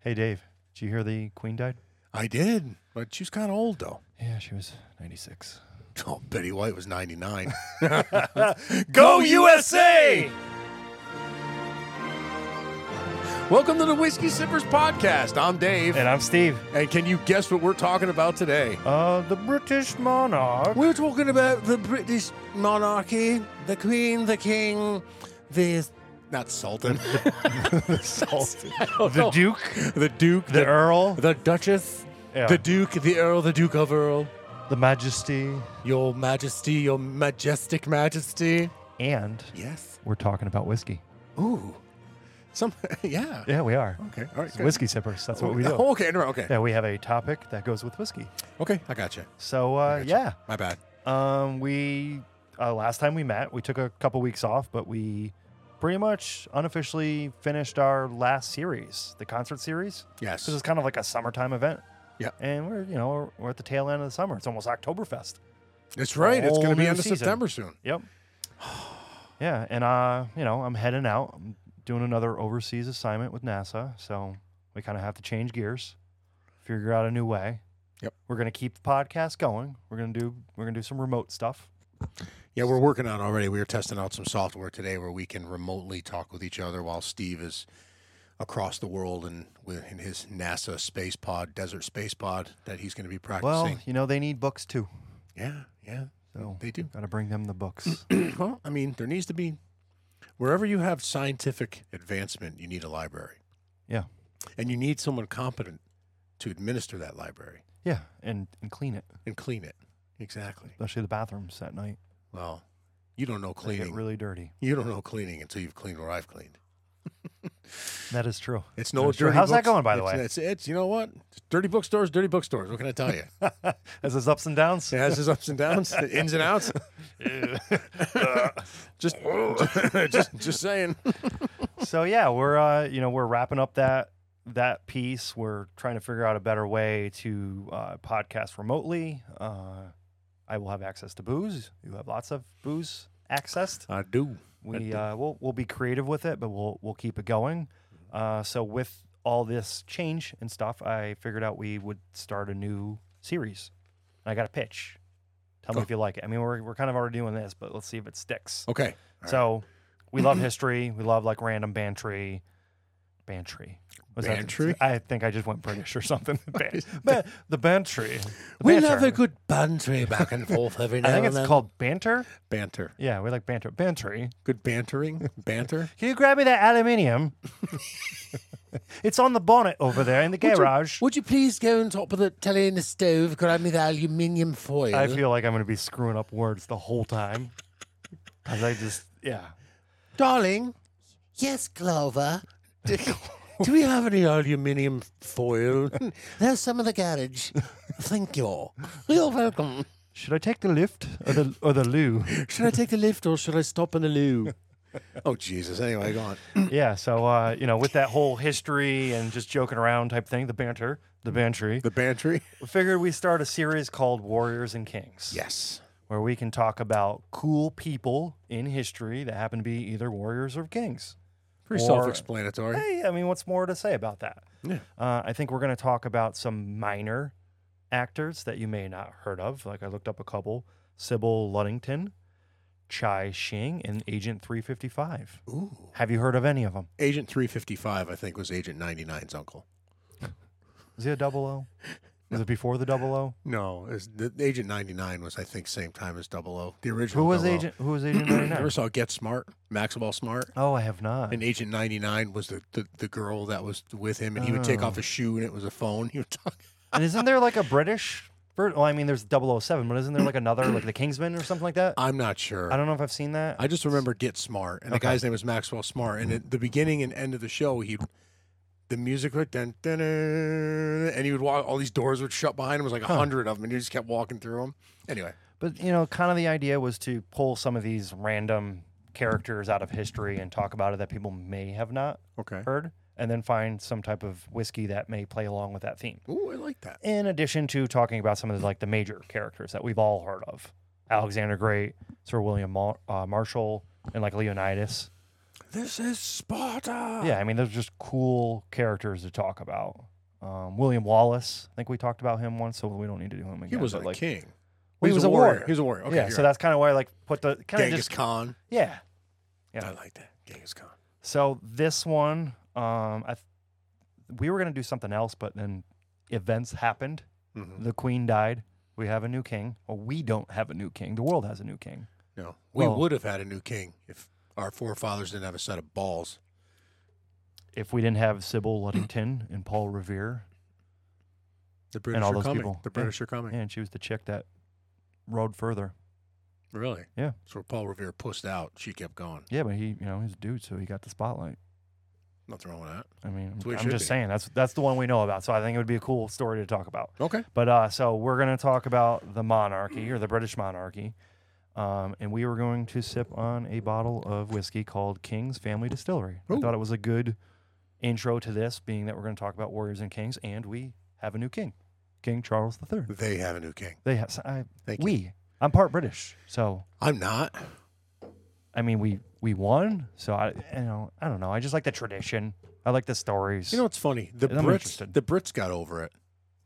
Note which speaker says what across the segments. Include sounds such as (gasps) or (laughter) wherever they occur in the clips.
Speaker 1: Hey, Dave, did you hear the Queen died?
Speaker 2: I did, but she was kind of old though. (laughs)
Speaker 1: Yeah, she was 96.
Speaker 2: Oh, Betty White was (laughs) 99. Go USA! Welcome to the Whiskey Sippers Podcast. I'm Dave.
Speaker 1: And I'm Steve.
Speaker 2: And can you guess what we're talking about today?
Speaker 1: Uh, the British monarch.
Speaker 2: We're talking about the British monarchy, the Queen, the King, the. Not Sultan. (laughs) the Sultan.
Speaker 1: The Duke.
Speaker 2: (laughs) The Duke.
Speaker 1: Oh. The
Speaker 2: The,
Speaker 1: Earl.
Speaker 2: the Duchess.
Speaker 1: Yeah.
Speaker 2: The Duke, the Earl, the Duke of Earl.
Speaker 1: The Majesty.
Speaker 2: Your Majesty, your majestic Majesty.
Speaker 1: And
Speaker 2: Yes.
Speaker 1: we're talking about whiskey.
Speaker 2: Ooh. Some. (laughs) Yeah.
Speaker 1: Yeah, we are.
Speaker 2: Okay. All right.
Speaker 1: It's
Speaker 2: good.
Speaker 1: whiskey sippers. That's
Speaker 2: (laughs)
Speaker 1: what we do.
Speaker 2: Oh, okay. No, okay.
Speaker 1: Yeah, we have a topic that goes with whiskey.
Speaker 2: Okay. I got you.
Speaker 1: So, uh, yeah.
Speaker 2: My bad.
Speaker 1: Um, we uh, last time we met, we took a couple weeks off, but we pretty much unofficially finished our last series, the concert series.
Speaker 2: Yes.
Speaker 1: This is kind of like a summertime event.
Speaker 2: Yeah.
Speaker 1: And we're you know we're, we're at the tail end of the summer. It's almost Oktoberfest.
Speaker 2: It's right. It's going to
Speaker 1: whole
Speaker 2: be
Speaker 1: new
Speaker 2: end of
Speaker 1: season.
Speaker 2: September soon.
Speaker 1: Yep. (sighs) yeah, and uh, you know, I'm heading out. I'm doing another overseas assignment with NASA, so we kind of have to change gears, figure out a new way.
Speaker 2: Yep.
Speaker 1: We're gonna keep the podcast going. We're gonna do we're gonna do some remote stuff.
Speaker 2: Yeah, we're working on it already. We were testing out some software today where we can remotely talk with each other while Steve is across the world and with in his NASA space pod, desert space pod that he's going to be
Speaker 1: Well,
Speaker 2: practicing.
Speaker 1: you know, they need books too.
Speaker 2: yeah, yeah.
Speaker 1: So
Speaker 2: They do.
Speaker 1: gotta bring them the books.
Speaker 2: (clears throat) well, I mean, there needs to be wherever you have scientific advancement, you need a library.
Speaker 1: Yeah.
Speaker 2: And you need someone competent to administer that library
Speaker 1: yeah, and and clean it,
Speaker 2: and clean it. Exactly.
Speaker 1: especially the bathrooms at night.
Speaker 2: Well, you don't know
Speaker 1: They
Speaker 2: cleaning.
Speaker 1: get really dirty.
Speaker 2: you don't know cleaning until you've cleaned what I've cleaned.
Speaker 1: That is true. (laughs)
Speaker 2: It's no
Speaker 1: Sure.
Speaker 2: dirty.
Speaker 1: How's that
Speaker 2: books-
Speaker 1: going, by the
Speaker 2: it's-
Speaker 1: way?
Speaker 2: It's, it's you know what? It's dirty bookstores, dirty bookstores. What can I tell (laughs) you?
Speaker 1: As its ups and downs.
Speaker 2: It has its ups and downs, the ins and (laughs) outs. just, (laughs) just, just saying.
Speaker 1: so yeah, we're uh, you know we're wrapping up that that piece. We're trying to figure out a better way to uh, podcast remotely. Uh, I will have access to booze. You have lots of booze accessed.
Speaker 2: I do.
Speaker 1: We uh, we'll we'll be creative with it, but we'll we'll keep it going. Uh, so with all this change and stuff, I figured out we would start a new series. And I got a pitch. Tell me
Speaker 2: Oh.
Speaker 1: if you like it. I mean, we're we're kind of already doing this, but let's see if it sticks.
Speaker 2: Okay. All
Speaker 1: So we (clears throat) love history. We love like random bantry. Bantry. Was that-
Speaker 2: Bantry?
Speaker 1: I think I just went British or something. (laughs) Ban- ba- the bantry. The
Speaker 2: We
Speaker 1: banter.
Speaker 2: love a good banter back and forth (laughs) every now
Speaker 1: I think
Speaker 2: and
Speaker 1: it's
Speaker 2: then.
Speaker 1: called banter.
Speaker 2: banter.
Speaker 1: Yeah, we like banter. Bantry.
Speaker 2: Good bantering, banter.
Speaker 1: Can you grab me that aluminium? (laughs) it's on the bonnet over there in the garage.
Speaker 2: (laughs) Would you please go on top of the telly in the stove? Grab me the aluminium foil.
Speaker 1: I feel like I'm going to be screwing up words the whole time. Because I just, yeah.
Speaker 2: Darling. Yes, (laughs) Clover. Do we have any aluminium (laughs) foil? There's some in the garage. Thank you. You're welcome.
Speaker 1: Should I take the lift or the, or the loo?
Speaker 2: Should I take the lift or should I stop in the loo? (laughs) oh, Jesus. Anyway, go on.
Speaker 1: Yeah, so uh, you know, with that whole history and just joking around type thing, the banter, the
Speaker 2: Mm-hmm.
Speaker 1: bantry,
Speaker 2: The pantry?
Speaker 1: we figured we start a series called Warriors and Kings,
Speaker 2: Yes.
Speaker 1: where we can talk about cool people in history that happen to be either warriors or kings.
Speaker 2: Pretty
Speaker 1: Or-
Speaker 2: self explanatory.
Speaker 1: Hey, I mean, what's more to say about that?
Speaker 2: Yeah.
Speaker 1: Uh, I think we're going to talk about some minor actors that you may not heard of. Like I looked up a couple: Sybil Luddington, Chai Shing, and Agent Three Fifty Five.
Speaker 2: Ooh.
Speaker 1: Have you heard of any of them?
Speaker 2: Agent 355, I think, was Agent 99's uncle.
Speaker 1: Is he a double O? Was it before the double O?
Speaker 2: No, it was, the, Agent 99 was, I think, same time as 00. The original.
Speaker 1: Who was
Speaker 2: 00.
Speaker 1: agent? Who was agent
Speaker 2: You ever
Speaker 1: 99?
Speaker 2: saw Get Smart? Maxwell Smart?
Speaker 1: (clears throat) Oh, I have not.
Speaker 2: And Agent 99 was the, the, the girl that was with him, and he would take
Speaker 1: Oh.
Speaker 2: off his shoe, and it was a phone. (laughs) He would talk.
Speaker 1: And isn't there like a British? ver- Well, I mean, there's 007, but isn't there like another, like the Kingsman or something like that?
Speaker 2: I'm not sure.
Speaker 1: I
Speaker 2: I,
Speaker 1: don't know if I've seen that.
Speaker 2: just remember Get Smart, and the
Speaker 1: Okay.
Speaker 2: guy's name was Maxwell Smart. And at the beginning and end of the show, he the music would dun, dun, dun, and he would walk. All these doors would shut behind him. It was like a hundred of them, and he just kept walking through them. Anyway,
Speaker 1: But you know, kind of the idea was to pull some of these random characters out of history and talk about it that people may have not
Speaker 2: okay.
Speaker 1: heard, and then find some type of whiskey that may play along with that theme.
Speaker 2: Ooh, I like that.
Speaker 1: In addition to talking about some of the, like the major characters that we've all heard of, Alexander Great, Sir William Mar- uh, Marshall, and like Leonidas.
Speaker 2: This is Sparta.
Speaker 1: Yeah, I mean, those are just cool characters to talk about. Um, William Wallace, I think we talked about him once, so we don't need to do him again.
Speaker 2: He was a
Speaker 1: but, like,
Speaker 2: king.
Speaker 1: well, he was a warrior.
Speaker 2: He was a warrior. Okay,
Speaker 1: yeah, so that's kind of why I like put the kind of
Speaker 2: Genghis
Speaker 1: just
Speaker 2: Khan.
Speaker 1: yeah, yeah.
Speaker 2: I like that. Genghis Khan.
Speaker 1: So this one, um, I th- we were gonna do something else, but then events happened.
Speaker 2: Mhm.
Speaker 1: The queen died. We have a new king. Well, we don't have a new king. The world has a new king.
Speaker 2: No, we
Speaker 1: Well-
Speaker 2: would have had a new king if our forefathers didn't have a set of balls.
Speaker 1: If we didn't have
Speaker 2: (clears throat)
Speaker 1: Sybil Luddington and Paul Revere,
Speaker 2: The British
Speaker 1: all
Speaker 2: are
Speaker 1: those
Speaker 2: coming.
Speaker 1: people.
Speaker 2: The
Speaker 1: Yeah.
Speaker 2: British are coming.
Speaker 1: and she was the chick that rode further.
Speaker 2: Really?
Speaker 1: Yeah.
Speaker 2: So Paul Revere pussed out. She kept going.
Speaker 1: Yeah, but he, you know, he's a dude, so he got the spotlight.
Speaker 2: Nothing wrong with that.
Speaker 1: I mean,
Speaker 2: That's what
Speaker 1: I'm,
Speaker 2: it
Speaker 1: I'm
Speaker 2: should
Speaker 1: just
Speaker 2: be.
Speaker 1: saying that's that's the one we know about. So I think it would be a cool story to talk about.
Speaker 2: Okay.
Speaker 1: But uh, so we're going to talk about the monarchy or the British monarchy. Um, and we were going to sip on a bottle of whiskey called King's Family Distillery. I
Speaker 2: Ooh.
Speaker 1: thought it was a good intro to this, being that we're going to talk about warriors and kings, and we have a new king, King Charles III.
Speaker 2: They have a new king.
Speaker 1: They have, I,
Speaker 2: Thank you.
Speaker 1: we, I'm part British, so
Speaker 2: I'm not.
Speaker 1: I mean, we we won, so I, you know, I don't know. I just like the tradition. I like the stories.
Speaker 2: You know what's funny? The
Speaker 1: I'm
Speaker 2: Brits.
Speaker 1: interested.
Speaker 2: The Brits got over it,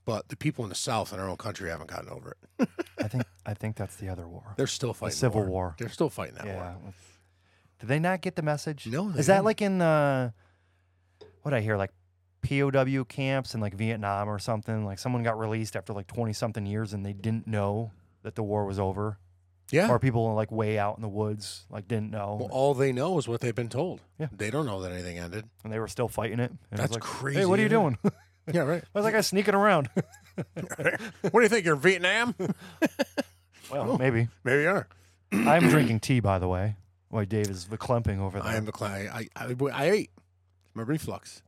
Speaker 2: but the people in the South in our own country haven't gotten over it.
Speaker 1: I think I think that's the other war.
Speaker 2: They're still fighting
Speaker 1: Civil
Speaker 2: the
Speaker 1: War.
Speaker 2: They're still fighting that
Speaker 1: Yeah.
Speaker 2: war.
Speaker 1: Did they not get the message?
Speaker 2: No, they
Speaker 1: Is that
Speaker 2: didn't.
Speaker 1: like in uh, what I hear like POW camps in like Vietnam or something? Like someone got released after like twenty something years and they didn't know that the war was over,
Speaker 2: Yeah.
Speaker 1: or people like way out in the woods like didn't know
Speaker 2: Well, all they know is what they've been told.
Speaker 1: Yeah.
Speaker 2: They don't know that anything ended. (laughs)
Speaker 1: and they were still fighting it. And it was
Speaker 2: That's
Speaker 1: like,
Speaker 2: crazy.
Speaker 1: Hey, what are you
Speaker 2: isn't it?
Speaker 1: doing? (laughs) I
Speaker 2: Yeah, right.
Speaker 1: was like, I sneaking around.
Speaker 2: (laughs) what do you think? You're Vietnam? (laughs)
Speaker 1: well, maybe.
Speaker 2: Maybe you are.
Speaker 1: I'm drinking tea, by the way. Why Dave is clumping over there?
Speaker 2: I am the clay. I, I, I ate my reflux.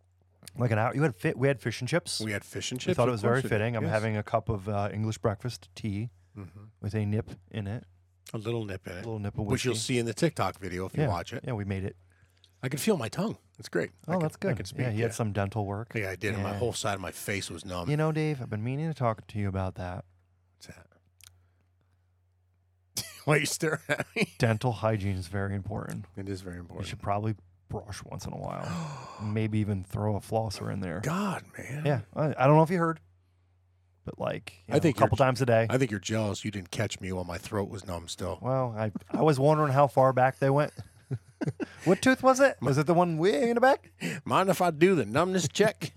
Speaker 1: like an hour. You had fit. We had fish and chips.
Speaker 2: We had fish and chips.
Speaker 1: We thought it was
Speaker 2: of course
Speaker 1: very
Speaker 2: we did.
Speaker 1: fitting. I'm
Speaker 2: Yes.
Speaker 1: having a cup of uh, English breakfast tea
Speaker 2: Mhm.
Speaker 1: with a nip in it,
Speaker 2: a little nip in
Speaker 1: a
Speaker 2: it,
Speaker 1: little nip of
Speaker 2: which
Speaker 1: whiskey.
Speaker 2: you'll see in the TikTok video if
Speaker 1: yeah.
Speaker 2: you watch it.
Speaker 1: Yeah, we made it.
Speaker 2: I can feel my tongue. It's great.
Speaker 1: Oh,
Speaker 2: I can-
Speaker 1: that's good.
Speaker 2: I can speak.
Speaker 1: yeah,
Speaker 2: Yeah, um,
Speaker 1: he had some dental work.
Speaker 2: Yeah, I did. and My
Speaker 1: Yeah.
Speaker 2: whole side of my face was numb.
Speaker 1: You know, Dave, I've been meaning to talk to you about that
Speaker 2: What's that? (laughs) Why are you staring at me?
Speaker 1: dental hygiene is very important.
Speaker 2: It is very
Speaker 1: You
Speaker 2: important.
Speaker 1: should probably brush once in a while,
Speaker 2: (gasps)
Speaker 1: maybe even throw a flosser in there.
Speaker 2: God, man.
Speaker 1: Yeah, I, I don't know if you heard, but like, you
Speaker 2: I
Speaker 1: know,
Speaker 2: think
Speaker 1: a
Speaker 2: you're
Speaker 1: couple times a day.
Speaker 2: I think you're jealous. You didn't catch me while my throat was numb still.
Speaker 1: Well, I, I was wondering how far back they (laughs) went. what tooth was it? Was it the one way in the back?
Speaker 2: Mind if I do the numbness check?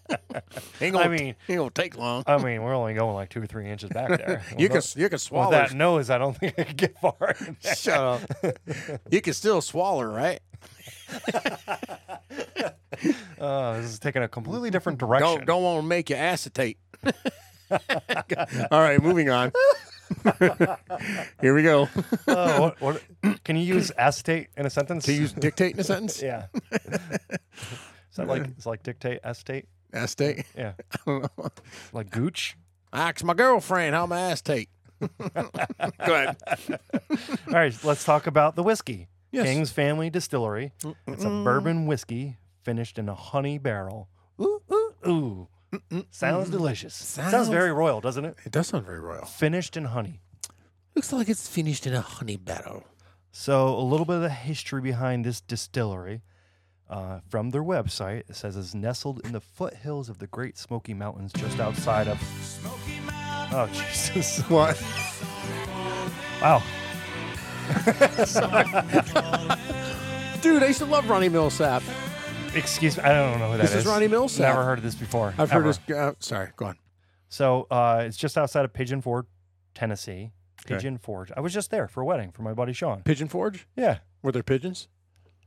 Speaker 2: (laughs) ain't gonna,
Speaker 1: I mean-
Speaker 2: ain't gonna take long.
Speaker 1: I mean, we're only going like two or three inches back (laughs) there.
Speaker 2: you can
Speaker 1: With
Speaker 2: you can swallow.
Speaker 1: that nose, I don't think I can get far. (laughs) in there.
Speaker 2: (laughs) Shut up. you can still swallow, right?
Speaker 1: Uh, this is taking a completely different direction.
Speaker 2: Don't don't want to make you (laughs) acetate. All right, moving (laughs) on. Here we (laughs) go.
Speaker 1: (laughs) Uh, what- what- can you use acetate in a sentence?
Speaker 2: Can you use dictate in a
Speaker 1: (laughs)
Speaker 2: sentence?
Speaker 1: yeah. Is that like it's like dictate acetate?
Speaker 2: Acetate. (laughs)
Speaker 1: Yeah,
Speaker 2: I don't know.
Speaker 1: like gooch.
Speaker 2: I asked my girlfriend how my (laughs) acetate. go ahead.
Speaker 1: All right, let's talk about the whiskey.
Speaker 2: Yes.
Speaker 1: King's Family Distillery. It's a bourbon whiskey finished in a honey barrel. Ooh, ooh, ooh. Sounds delicious. Sounds,
Speaker 2: Sounds-
Speaker 1: very royal, doesn't it?
Speaker 2: It does sound very royal.
Speaker 1: Finished in honey.
Speaker 2: Looks like it's finished in a honey barrel.
Speaker 1: So, a little bit of the history behind this distillery. Uh, from their website, it says it's nestled in the foothills of the Great Smoky Mountains, just outside of. Oh Jesus! (laughs)
Speaker 2: What?
Speaker 1: Wow.
Speaker 2: Dude, I used to love Ronnie Millsap.
Speaker 1: Excuse me. I don't know who that
Speaker 2: This is Ronnie Millsap.
Speaker 1: Never heard of this before.
Speaker 2: I've
Speaker 1: ever.
Speaker 2: heard his. Uh, sorry, go on.
Speaker 1: So uh, it's just outside of Pigeon Forge, Tennessee.
Speaker 2: Okay.
Speaker 1: Pigeon Forge. I was just there for a wedding for my buddy Sean.
Speaker 2: Pigeon Forge?
Speaker 1: Yeah.
Speaker 2: Were there pigeons?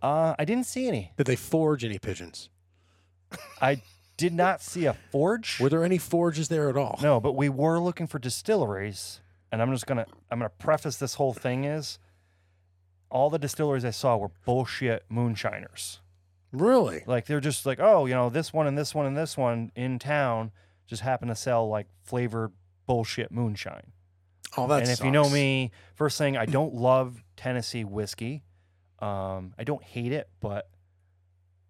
Speaker 1: Uh, I didn't see any.
Speaker 2: Did they forge any pigeons?
Speaker 1: I did not see a forge.
Speaker 2: Were there any forges there at all?
Speaker 1: No, but we were looking for distilleries, and I'm just gonna I'm gonna preface this whole thing is all the distilleries I saw were bullshit moonshiners.
Speaker 2: Really?
Speaker 1: Like they're just like, oh, you know, this one and this one and this one in town just happen to sell like flavored bullshit moonshine.
Speaker 2: Oh, that
Speaker 1: and if
Speaker 2: sucks.
Speaker 1: you know me, first thing, I don't love Tennessee whiskey. Um, I don't hate it, but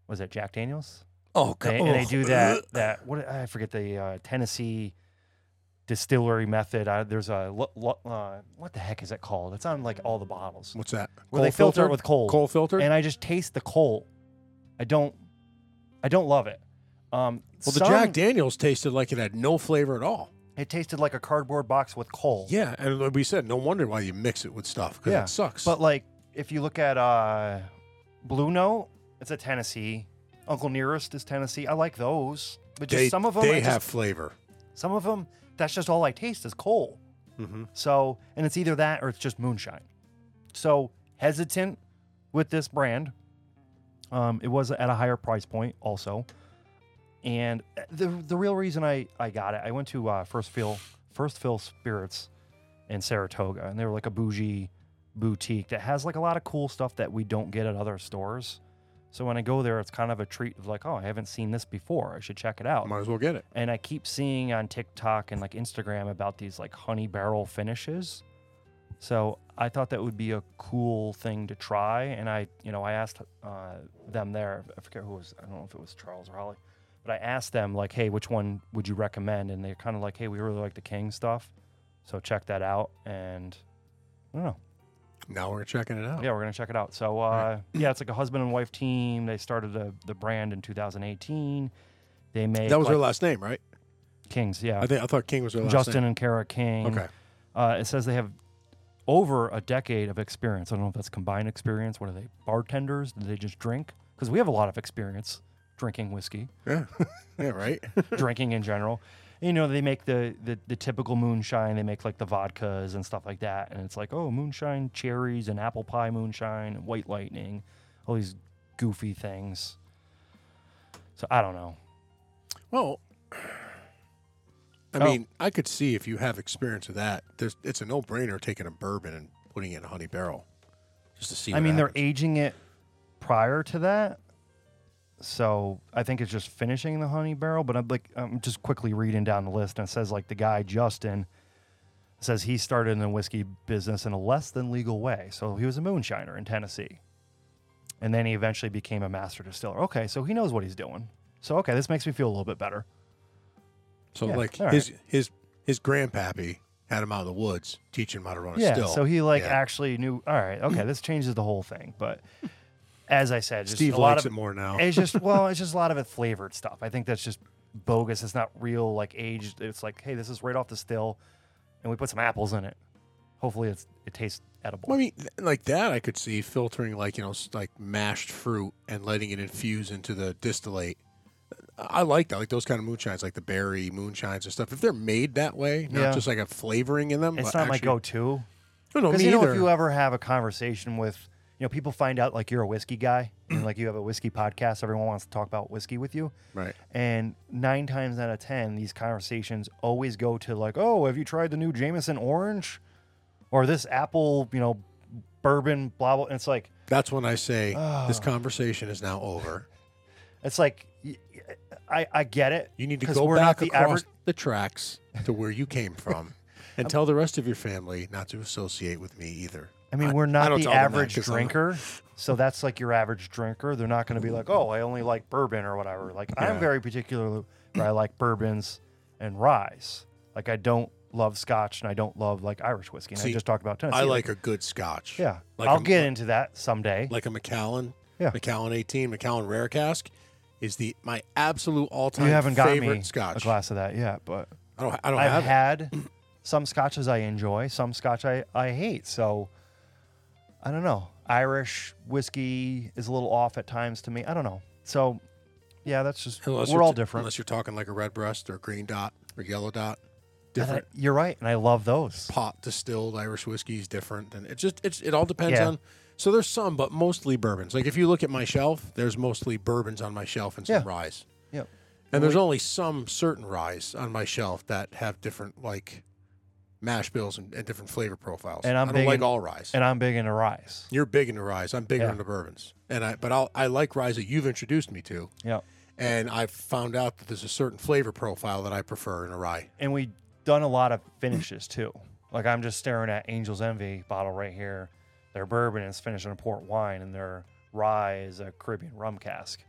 Speaker 1: was it Jack Daniels?
Speaker 2: oh,
Speaker 1: They,
Speaker 2: God.
Speaker 1: and they
Speaker 2: Ugh.
Speaker 1: do that that what I forget the uh, Tennessee distillery method. I, there's a lo- lo- uh, what the heck is it called? It's on like all the bottles
Speaker 2: (laughs) What's that?
Speaker 1: where they filter it with coal.
Speaker 2: coal filter.
Speaker 1: and I just taste the coal. I don't, I don't love it. Um,
Speaker 2: well, the
Speaker 1: some-
Speaker 2: Jack Daniels tasted like it had no flavor at all.
Speaker 1: it tasted like a cardboard box with coal.
Speaker 2: Yeah, and like we said, no wonder why you mix it with stuff because
Speaker 1: Yeah,
Speaker 2: it sucks.
Speaker 1: But like, if you look at uh, Blue Note, it's a Tennessee. Uncle Nearest is Tennessee. I like those, but just
Speaker 2: they,
Speaker 1: some of them,
Speaker 2: they
Speaker 1: I just-
Speaker 2: have flavor.
Speaker 1: some of them. That's just all I taste is coal.
Speaker 2: Mm-hmm.
Speaker 1: So, and it's either that or it's just moonshine. So hesitant with this brand. Um, it was at a higher price point also, and the the real reason I I got it, I went to uh, First Fill First Fill Spirits in Saratoga, and they were like a bougie boutique that has like a lot of cool stuff that we don't get at other stores. So when I go there, it's kind of a treat of like, oh, I haven't seen this before. I should check it out
Speaker 2: Might as well get it.
Speaker 1: and I keep seeing on TikTok and like Instagram about these like honey barrel finishes. So I thought that would be a cool thing to try, and I, you know, I asked uh, them there. I forget who was. I don't know if it was Charles or Holly, but I asked them like, "Hey, which one would you recommend?" And they're kind of like, "Hey, we really like the King stuff, so check that out." And I don't know.
Speaker 2: Now we're checking it out.
Speaker 1: Yeah, we're gonna check it out. So uh,
Speaker 2: Alright.
Speaker 1: yeah, it's like a husband and wife team. They started the, the brand in 2018. They made
Speaker 2: That was
Speaker 1: like,
Speaker 2: her last name, right?
Speaker 1: Kings. Yeah,
Speaker 2: I think I thought King was her last
Speaker 1: Justin
Speaker 2: name.
Speaker 1: and Kara King.
Speaker 2: Okay.
Speaker 1: Uh, it says they have over a decade of experience. I don't know if that's combined experience. What are they? Bartenders? Do they just drink? Because we have a lot of experience drinking (laughs) whiskey,
Speaker 2: Yeah. yeah. Right.
Speaker 1: drinking in general. You know, they make the, the the typical moonshine. They make like the vodkas and stuff like that. And it's like, oh, moonshine, cherries, and apple pie moonshine, and white lightning, all these goofy things. So I don't know.
Speaker 2: Well, I
Speaker 1: Oh.
Speaker 2: mean, I could see if you have experience with that. There's, it's a no-brainer taking a bourbon and putting it in a honey barrel, just to see.
Speaker 1: I
Speaker 2: what
Speaker 1: mean, they're
Speaker 2: happens.
Speaker 1: aging it prior to that, so I think it's just finishing the honey barrel. But I'm like, I'm just quickly reading down the list, and it says like the guy Justin says he started in the whiskey business in a less than legal way. So he was a moonshiner in Tennessee, and then he eventually became a master distiller. Okay, so he knows what he's doing. So okay, this makes me feel a little bit better.
Speaker 2: so
Speaker 1: yeah,
Speaker 2: like
Speaker 1: all
Speaker 2: his his his grandpappy had him out of the woods, teaching him how to run a
Speaker 1: yeah.
Speaker 2: still.
Speaker 1: So he like
Speaker 2: Yeah.
Speaker 1: actually knew. All right, okay, this changes the whole thing. But as I said, just
Speaker 2: Steve
Speaker 1: a lot
Speaker 2: likes
Speaker 1: of,
Speaker 2: it more now.
Speaker 1: it's just well, it's just a lot of it flavored stuff. I think that's just bogus. It's not real, like aged. It's like, hey, this is right off the still, and we put some apples in it. Hopefully, it's it tastes edible.
Speaker 2: Well, I mean, th- like that, I could see filtering like you know, s- like mashed fruit and letting it infuse into the distillate. I like that, like those kind of moonshines, like the berry moonshines and stuff. If they're made that way, not
Speaker 1: Yeah.
Speaker 2: just like a flavoring in them.
Speaker 1: it's
Speaker 2: but
Speaker 1: not my
Speaker 2: actually-
Speaker 1: go-to
Speaker 2: No, no,
Speaker 1: because
Speaker 2: me
Speaker 1: you know
Speaker 2: either.
Speaker 1: if you ever have a conversation with you know people find out like you're a whiskey guy and like you have a whiskey podcast, everyone wants to talk about whiskey with you.
Speaker 2: right.
Speaker 1: And nine times out of ten, these conversations always go to like, "Oh, have you tried the new Jameson Orange, or this apple, you know, bourbon, blah blah." And it's like,
Speaker 2: That's when I say
Speaker 1: Ah.
Speaker 2: this conversation is now over.
Speaker 1: It's like y- y- I, I get it.
Speaker 2: You need to
Speaker 1: 'cause
Speaker 2: go
Speaker 1: we're
Speaker 2: back
Speaker 1: not the
Speaker 2: across
Speaker 1: average.
Speaker 2: the tracks to where you came from,
Speaker 1: (laughs)
Speaker 2: and tell the rest of your family not to associate with me either.
Speaker 1: I mean,
Speaker 2: I-
Speaker 1: we're
Speaker 2: I
Speaker 1: not
Speaker 2: don't
Speaker 1: the
Speaker 2: tell them that
Speaker 1: average
Speaker 2: 'cause I'm-
Speaker 1: drinker, so that's like your average drinker. They're not going to be like, oh, I only like bourbon or whatever. Like I'm
Speaker 2: Yeah.
Speaker 1: very particular where I like bourbons and ryes. Like I don't love Scotch and I don't love like Irish whiskey. And I
Speaker 2: See,
Speaker 1: just talked about Tennessee.
Speaker 2: I like a good Scotch.
Speaker 1: yeah.
Speaker 2: like
Speaker 1: I'll
Speaker 2: a-
Speaker 1: get into that someday.
Speaker 2: like a McAllen.
Speaker 1: Yeah.
Speaker 2: McAllen 18, McAllen Rare Cask is the my absolute all
Speaker 1: you
Speaker 2: time
Speaker 1: haven't got
Speaker 2: favorite
Speaker 1: me
Speaker 2: Scotch.
Speaker 1: a glass of that yet, but
Speaker 2: I don't, I don't
Speaker 1: I've
Speaker 2: have it.
Speaker 1: had some scotches I enjoy, some scotch I, I hate. So I don't know. Irish whiskey is a little off at times to me. I don't know. So yeah, that's just
Speaker 2: Unless
Speaker 1: we're
Speaker 2: you're
Speaker 1: all
Speaker 2: t-
Speaker 1: different.
Speaker 2: Unless you're talking like a red breast or a green dot or yellow dot.
Speaker 1: And I-
Speaker 2: Different
Speaker 1: you're right, and I love those.
Speaker 2: pot distilled Irish whiskey is different. And it just, it's, it all depends
Speaker 1: Yeah.
Speaker 2: on. So there's some, but mostly bourbons. Like if you look at my shelf, there's mostly bourbons on my shelf and some
Speaker 1: Yeah.
Speaker 2: ryes.
Speaker 1: Yep.
Speaker 2: And there's only some certain ryes on my shelf that have different like mash bills and, and different flavor profiles.
Speaker 1: And I'm
Speaker 2: I do
Speaker 1: big
Speaker 2: not like
Speaker 1: in-
Speaker 2: all ryes.
Speaker 1: And I'm big into rice.
Speaker 2: You're big into ryes. I'm bigger
Speaker 1: Yeah.
Speaker 2: into bourbons, and I but I'll, I like ryes that you've introduced me to,
Speaker 1: Yeah.
Speaker 2: and I've found out that there's a certain flavor profile that I prefer in a rye.
Speaker 1: And we done a lot of finishes too. Like I'm just staring at Angel's Envy bottle right here. Their bourbon is finished in a port wine and their rye is a Caribbean rum cask.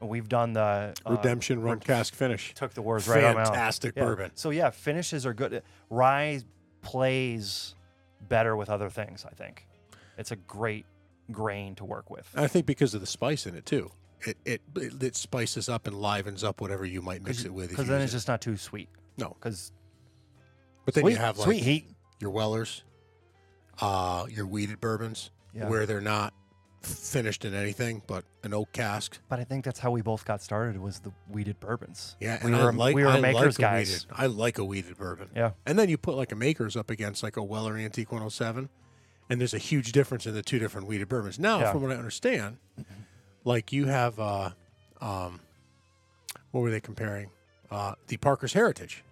Speaker 1: We've done the uh,
Speaker 2: Redemption rum cask finish.
Speaker 1: Took the words right out of my mouth.
Speaker 2: Fantastic
Speaker 1: Yeah.
Speaker 2: bourbon.
Speaker 1: So yeah, finishes are good. Rye plays better with other things. I think it's a great grain to work with
Speaker 2: I think because of the spice in it too. It it it, it spices up and livens up whatever you might mix it with. if
Speaker 1: because
Speaker 2: you
Speaker 1: then it's
Speaker 2: use it.
Speaker 1: just not too sweet.
Speaker 2: No.
Speaker 1: because
Speaker 2: but then
Speaker 1: sweet,
Speaker 2: you have like
Speaker 1: sweet heat.
Speaker 2: your Wellers, uh, your weeded bourbons,
Speaker 1: Yeah.
Speaker 2: where they're not finished in anything but an oak cask.
Speaker 1: But I think that's how we both got started was the weeded bourbons.
Speaker 2: Yeah,
Speaker 1: we
Speaker 2: and
Speaker 1: were
Speaker 2: I like
Speaker 1: we were
Speaker 2: I
Speaker 1: makers
Speaker 2: like a
Speaker 1: guys.
Speaker 2: Weeded, I like a weeded bourbon.
Speaker 1: Yeah.
Speaker 2: and then you put like a makers up against like a Weller Antique 107, and there's a huge difference in the two different weeded bourbons. Now,
Speaker 1: Yeah.
Speaker 2: from what I understand, like you have, uh, um, what were they comparing? Uh, the Parker's Heritage.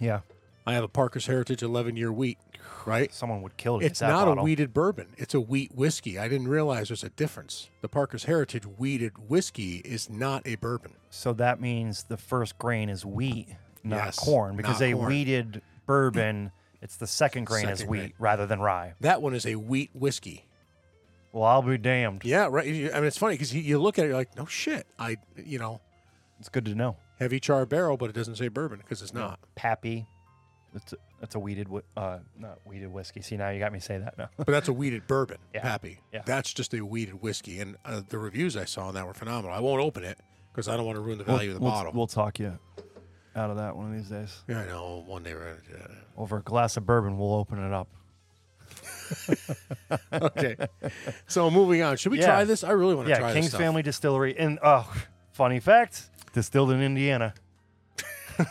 Speaker 1: Yeah,
Speaker 2: I have a Parker's Heritage 11 year wheat, right?
Speaker 1: someone would kill to
Speaker 2: It's
Speaker 1: get that
Speaker 2: not
Speaker 1: bottle.
Speaker 2: a weeded bourbon. It's a wheat whiskey. I didn't realize there's a difference. The Parker's Heritage weeded whiskey is not a bourbon.
Speaker 1: So that means the first grain is wheat, not
Speaker 2: Yes,
Speaker 1: corn, because
Speaker 2: not
Speaker 1: a
Speaker 2: corn.
Speaker 1: weeded bourbon, it's the second grain is
Speaker 2: Second
Speaker 1: wheat
Speaker 2: grain.
Speaker 1: rather than rye.
Speaker 2: That one is a wheat whiskey.
Speaker 1: Well, I'll be damned.
Speaker 2: Yeah, right. You- I mean, it's funny because you, you look at it, you're like, no shit. I, you know,
Speaker 1: It's good to know.
Speaker 2: heavy char barrel, but it doesn't say bourbon because it's not.
Speaker 1: Pappy, it's a, it's a weeded, whi- uh, not weeded whiskey. See, now you got me say that now.
Speaker 2: But that's a weeded bourbon,
Speaker 1: Yeah.
Speaker 2: Pappy.
Speaker 1: Yeah.
Speaker 2: That's just a weeded whiskey. And uh, the reviews I saw on that were phenomenal. I won't open it because I don't want to ruin the (laughs) value of the bottle.
Speaker 1: We'll talk you out of that one of these days.
Speaker 2: yeah, I know. One day we're going to do
Speaker 1: Over a glass of bourbon, we'll open it up.
Speaker 2: that.
Speaker 1: (laughs)
Speaker 2: Okay. (laughs) so moving on. Should we
Speaker 1: Yeah.
Speaker 2: try this? I really want to try
Speaker 1: Yeah,
Speaker 2: this.
Speaker 1: King's
Speaker 2: stuff.
Speaker 1: Family Distillery. And oh, funny fact, distilled in Indiana. (laughs)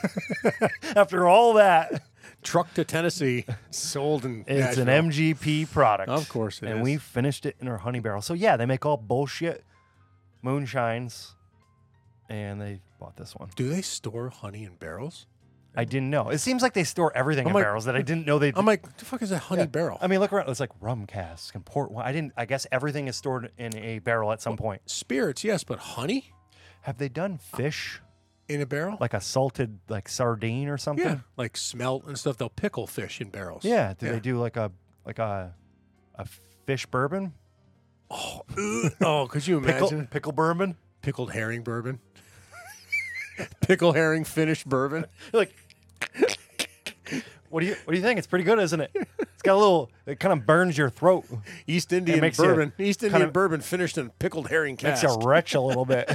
Speaker 1: After all that,
Speaker 2: Truck to
Speaker 1: (laughs)
Speaker 2: Tennessee, sold in.
Speaker 1: it's an
Speaker 2: Nashville.
Speaker 1: MGP product.
Speaker 2: Of course it
Speaker 1: and
Speaker 2: is.
Speaker 1: we finished it in our honey barrel. So yeah, they make all bullshit moonshines, and they bought this one.
Speaker 2: Do they store honey in barrels?
Speaker 1: I didn't know. It seems like they store everything in
Speaker 2: like-
Speaker 1: barrels that I didn't know they.
Speaker 2: I'm like, what the fuck is a honey
Speaker 1: Yeah.
Speaker 2: barrel?
Speaker 1: I mean, look around. It's like rum casks and port wine. I didn't. I guess everything is stored in a barrel at some point.
Speaker 2: Spirits, yes, but honey
Speaker 1: Have they done fish
Speaker 2: in a barrel?
Speaker 1: like a salted like sardine or something?
Speaker 2: yeah, like smelt and stuff. They'll pickle fish in barrels.
Speaker 1: Yeah, Do they do like a like a a fish bourbon?
Speaker 2: Oh,
Speaker 1: (laughs)
Speaker 2: ugh. oh, could you imagine
Speaker 1: Pickle, pickle bourbon? (laughs)
Speaker 2: pickled herring bourbon? (laughs) Pickle herring finished bourbon.
Speaker 1: like what do you what do you think? It's pretty good, isn't it? It's got a little it kind of burns your throat.
Speaker 2: East Indian
Speaker 1: makes you
Speaker 2: bourbon. East Indian
Speaker 1: of-
Speaker 2: bourbon finished in pickled herring
Speaker 1: Makes
Speaker 2: cask.
Speaker 1: you retch a little
Speaker 2: (laughs)
Speaker 1: bit.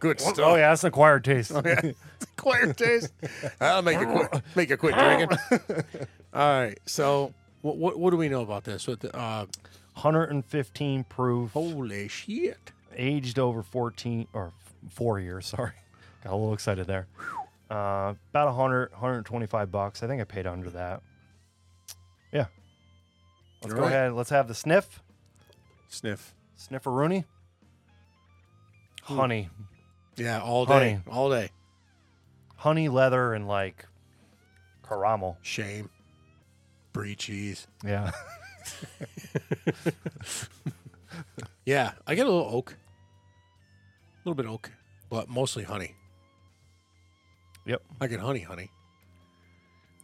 Speaker 2: Good
Speaker 1: (laughs)
Speaker 2: stuff. (laughs)
Speaker 1: oh yeah, that's an acquired taste.
Speaker 2: Acquired taste. I'll make you quit.
Speaker 1: (laughs)
Speaker 2: Make you quit drinking. (laughs) All right. So, what, what what do we know about this? What the, uh,
Speaker 1: 115 proof,
Speaker 2: holy shit!
Speaker 1: aged over 14 or f- 4 years, (laughs) sorry. Got a little excited there. Uh, about 100 125 bucks. I think I paid under that. Yeah. Let's
Speaker 2: All
Speaker 1: go
Speaker 2: right.
Speaker 1: ahead. Let's have the sniff.
Speaker 2: Sniff.
Speaker 1: Snifferoonie. Honey.
Speaker 2: Yeah, all day,
Speaker 1: Honey.
Speaker 2: all day.
Speaker 1: Honey leather and like caramel.
Speaker 2: Shame. Brie cheese.
Speaker 1: Yeah.
Speaker 2: Yeah, I get a little oak, a little bit oak, but mostly honey.
Speaker 1: Yep.
Speaker 2: I get honey, honey.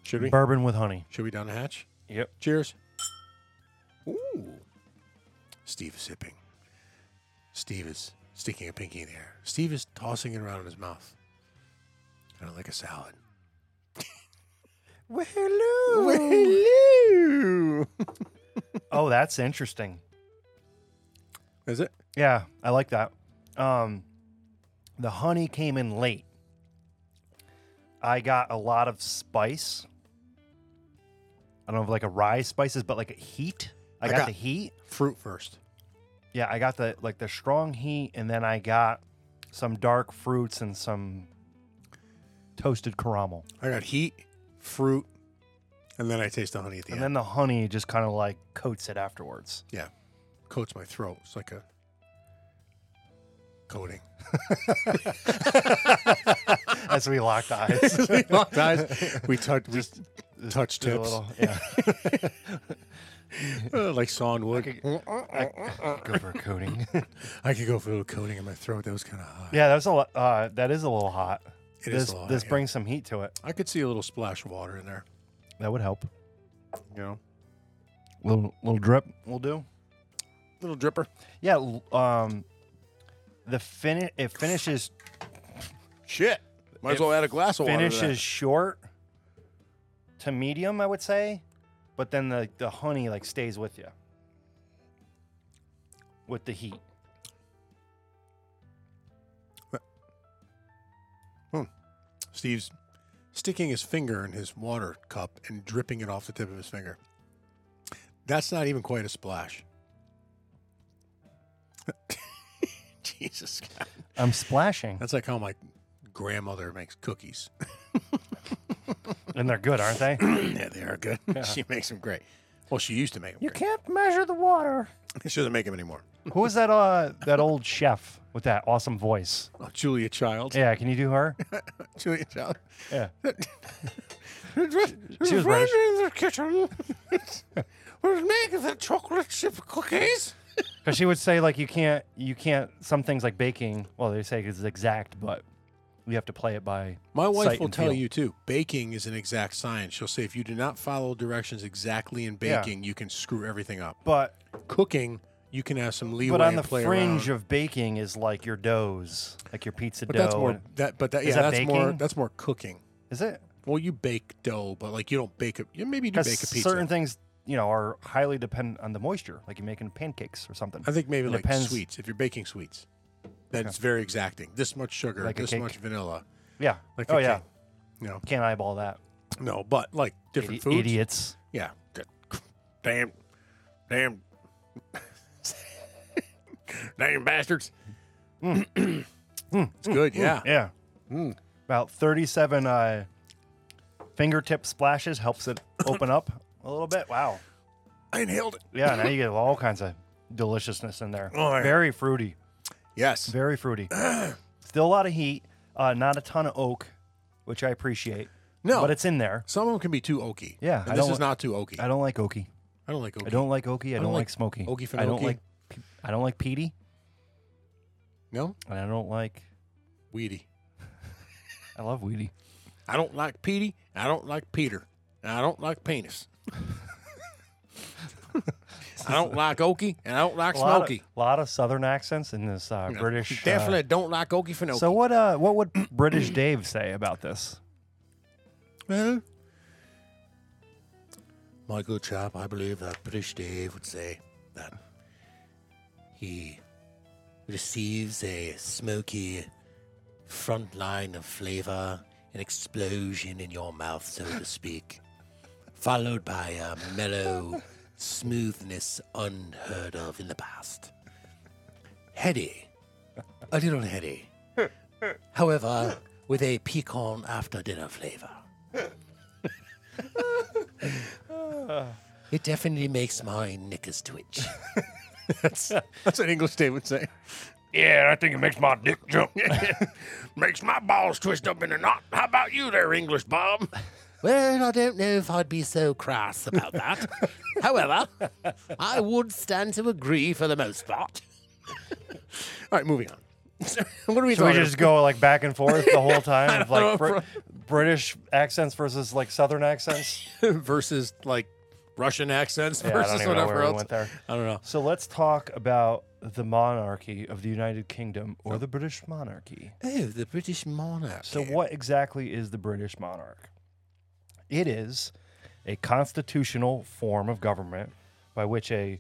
Speaker 2: Should we?
Speaker 1: Bourbon with honey.
Speaker 2: Should we down the hatch?
Speaker 1: Yep.
Speaker 2: Cheers. Ooh. Steve is sipping. Steve is sticking a pinky in the air. Steve is tossing it around in his mouth. Kind of like a salad.
Speaker 1: Well,
Speaker 2: Hello.
Speaker 1: Oh, that's interesting.
Speaker 2: Is it?
Speaker 1: Yeah, I like that. Um, the honey came in late. I got a lot of spice. I don't know if like a rye spices, but like a heat. I
Speaker 2: I
Speaker 1: got
Speaker 2: got-
Speaker 1: the heat.
Speaker 2: Fruit first.
Speaker 1: Yeah, I got the like the strong heat, and then I got some dark fruits and some toasted caramel,
Speaker 2: I got heat, fruit, and then I taste the honey at the
Speaker 1: and
Speaker 2: end.
Speaker 1: then the honey just kind of like coats it afterwards. (laughs)
Speaker 2: Coats my throat. It's like a
Speaker 3: (laughs)
Speaker 2: coating.
Speaker 1: As we locked (laughs) eyes,
Speaker 2: we locked eyes.
Speaker 3: (laughs)
Speaker 2: We touched, we touched
Speaker 1: Did a
Speaker 2: tips
Speaker 1: little- yeah.
Speaker 2: Uh, (laughs) like sawn wood. I could,
Speaker 1: Go for a coating.
Speaker 2: go for a little coating in my throat. That was kind of hot.
Speaker 1: yeah, that's a lot. Uh, that is a little hot.
Speaker 2: It
Speaker 1: this
Speaker 2: is a lot,
Speaker 1: this
Speaker 2: yeah.
Speaker 1: brings some heat to it.
Speaker 2: I could see a little splash of water in there.
Speaker 1: That would help.
Speaker 2: You know,
Speaker 1: Little little drip will do.
Speaker 2: little dripper.
Speaker 1: Yeah. l- Um, the finish it finishes
Speaker 3: Shit. Might as
Speaker 1: It
Speaker 3: well add a glass of water. to that.
Speaker 1: finishes short to medium, I would say, but then the, the honey like stays with you with the heat.
Speaker 2: Steve's sticking his finger in his water cup and dripping it off the tip of his finger. That's not even quite a
Speaker 3: (laughs)
Speaker 2: splash. Jesus, God.
Speaker 1: I'm splashing,
Speaker 2: that's like how my grandmother makes cookies.
Speaker 1: (laughs)
Speaker 2: (clears throat)
Speaker 1: and they're good, aren't they?
Speaker 2: yeah, they are good. (laughs) she makes them great. Well, she used to make them.
Speaker 1: (coughs) you
Speaker 2: Great.
Speaker 1: can't measure the water.
Speaker 2: She doesn't make them anymore.
Speaker 1: Who was that? Uh, that old chef with that awesome voice.
Speaker 2: Oh, Julia Child.
Speaker 1: Yeah, can you do her?
Speaker 2: (laughs)
Speaker 1: (laughs)
Speaker 2: Julia Child.
Speaker 1: Yeah.
Speaker 2: she
Speaker 1: was British.
Speaker 2: in the kitchen.
Speaker 1: (laughs)
Speaker 2: We're making the chocolate chip cookies.
Speaker 1: Because she would say like you can't you can't some things like baking. Well, they say it's exact, but you have to play it by.
Speaker 2: My wife
Speaker 1: sight
Speaker 2: will
Speaker 1: and
Speaker 2: tell
Speaker 1: feel.
Speaker 2: you too. Baking is an exact science. She'll say if you do not follow directions exactly in
Speaker 1: Yeah.
Speaker 2: baking, you can screw everything up.
Speaker 1: But
Speaker 2: Cooking, you can have some leeway.
Speaker 1: but on
Speaker 2: and
Speaker 1: the
Speaker 2: play
Speaker 1: fringe
Speaker 2: around.
Speaker 1: of baking is like your doughs, like your pizza
Speaker 2: but
Speaker 1: dough.
Speaker 2: that's more
Speaker 1: and-
Speaker 2: that. But that
Speaker 1: Is
Speaker 2: yeah,
Speaker 1: that
Speaker 2: that's more
Speaker 1: baking?
Speaker 2: that's more cooking.
Speaker 1: is it?
Speaker 2: Well, you bake dough, but like you don't bake it. You maybe you do
Speaker 1: Because
Speaker 2: bake a pizza.
Speaker 1: certain things you know are highly dependent on the moisture, like you're making pancakes or something.
Speaker 2: I think maybe
Speaker 1: it
Speaker 2: like
Speaker 1: depends.
Speaker 2: sweets. If you're baking sweets, then it's very exacting. This much sugar,
Speaker 1: Like a
Speaker 2: this
Speaker 1: cake?
Speaker 2: much vanilla.
Speaker 1: yeah.
Speaker 2: Like
Speaker 1: oh
Speaker 2: a
Speaker 1: yeah.
Speaker 2: cake. No,
Speaker 1: Can't eyeball that.
Speaker 2: no, but like different
Speaker 1: Idi-
Speaker 2: foods. (laughs)
Speaker 1: idiots.
Speaker 2: Yeah. Damn. Damn. (laughs) Damn bastards.
Speaker 1: Mm.
Speaker 2: (clears throat) it's good, yeah.
Speaker 1: Yeah.
Speaker 2: Hmm.
Speaker 1: About 37 uh, fingertip splashes helps it open up a little bit. Wow.
Speaker 2: I inhaled it.
Speaker 1: Yeah, now you get all kinds of deliciousness in there.
Speaker 2: Oh, yeah.
Speaker 1: Very fruity.
Speaker 2: Yes.
Speaker 1: Very
Speaker 2: (clears throat)
Speaker 1: fruity. Still a lot of heat. Uh, not a ton of oak, which I appreciate.
Speaker 2: No.
Speaker 1: But it's in there.
Speaker 2: Some of them can be too oaky.
Speaker 1: Yeah,
Speaker 2: And
Speaker 1: I
Speaker 2: this
Speaker 1: don't
Speaker 2: is
Speaker 1: wa-
Speaker 2: not too oaky.
Speaker 1: I don't like oaky.
Speaker 2: I don't like oaky.
Speaker 1: I don't like oaky. I, don't, like, smoky.
Speaker 2: oaky for
Speaker 1: I don't
Speaker 2: oaky.
Speaker 1: like. pe- I don't like peaty,
Speaker 2: No?
Speaker 1: and I don't like.
Speaker 2: Weedy.
Speaker 1: I love weedy.
Speaker 2: I don't like Petey. I don't like Peter. And I don't
Speaker 1: (laughs)
Speaker 2: like penis. I don't like oaky and I don't like
Speaker 1: A lot, of,
Speaker 2: smoky.
Speaker 1: lot of southern accents in this uh, British. uh,
Speaker 2: Definitely don't like oaky for no.
Speaker 1: So what? Uh, what would (clears throat) British Dave say about this?
Speaker 2: Well, my good chap, I believe that British Dave would say that he receives a smoky front line of flavor, an explosion in your mouth, so to speak, (laughs) followed by a mellow smoothness unheard of in the past. Heady, a little heady, however, with a pecan after dinner flavor. It definitely makes my knickers twitch. that's, that's what English Dave would say.
Speaker 3: Yeah, I think it makes my dick jump.
Speaker 2: (laughs) Makes my balls twist up in a knot.
Speaker 3: How about you there, English Bob?
Speaker 2: Well, I don't know if I'd be so crass about (laughs) that. However, I would stand to agree for the most part. All right, moving on. (laughs) what are we
Speaker 1: Should we
Speaker 2: talking
Speaker 1: just go like back and forth the whole time of
Speaker 2: know, (laughs)
Speaker 1: like Br- British accents versus like Southern accents?
Speaker 2: (laughs) versus like Russian accents
Speaker 1: Yeah, I don't
Speaker 2: versus
Speaker 1: even know
Speaker 2: whatever
Speaker 1: where we
Speaker 2: else?
Speaker 1: went there.
Speaker 2: I don't know.
Speaker 1: So let's talk about the monarchy of the United Kingdom or the British monarchy.
Speaker 2: Oh, the British monarch.
Speaker 1: So what exactly is the British monarch? It is a constitutional form of government by which a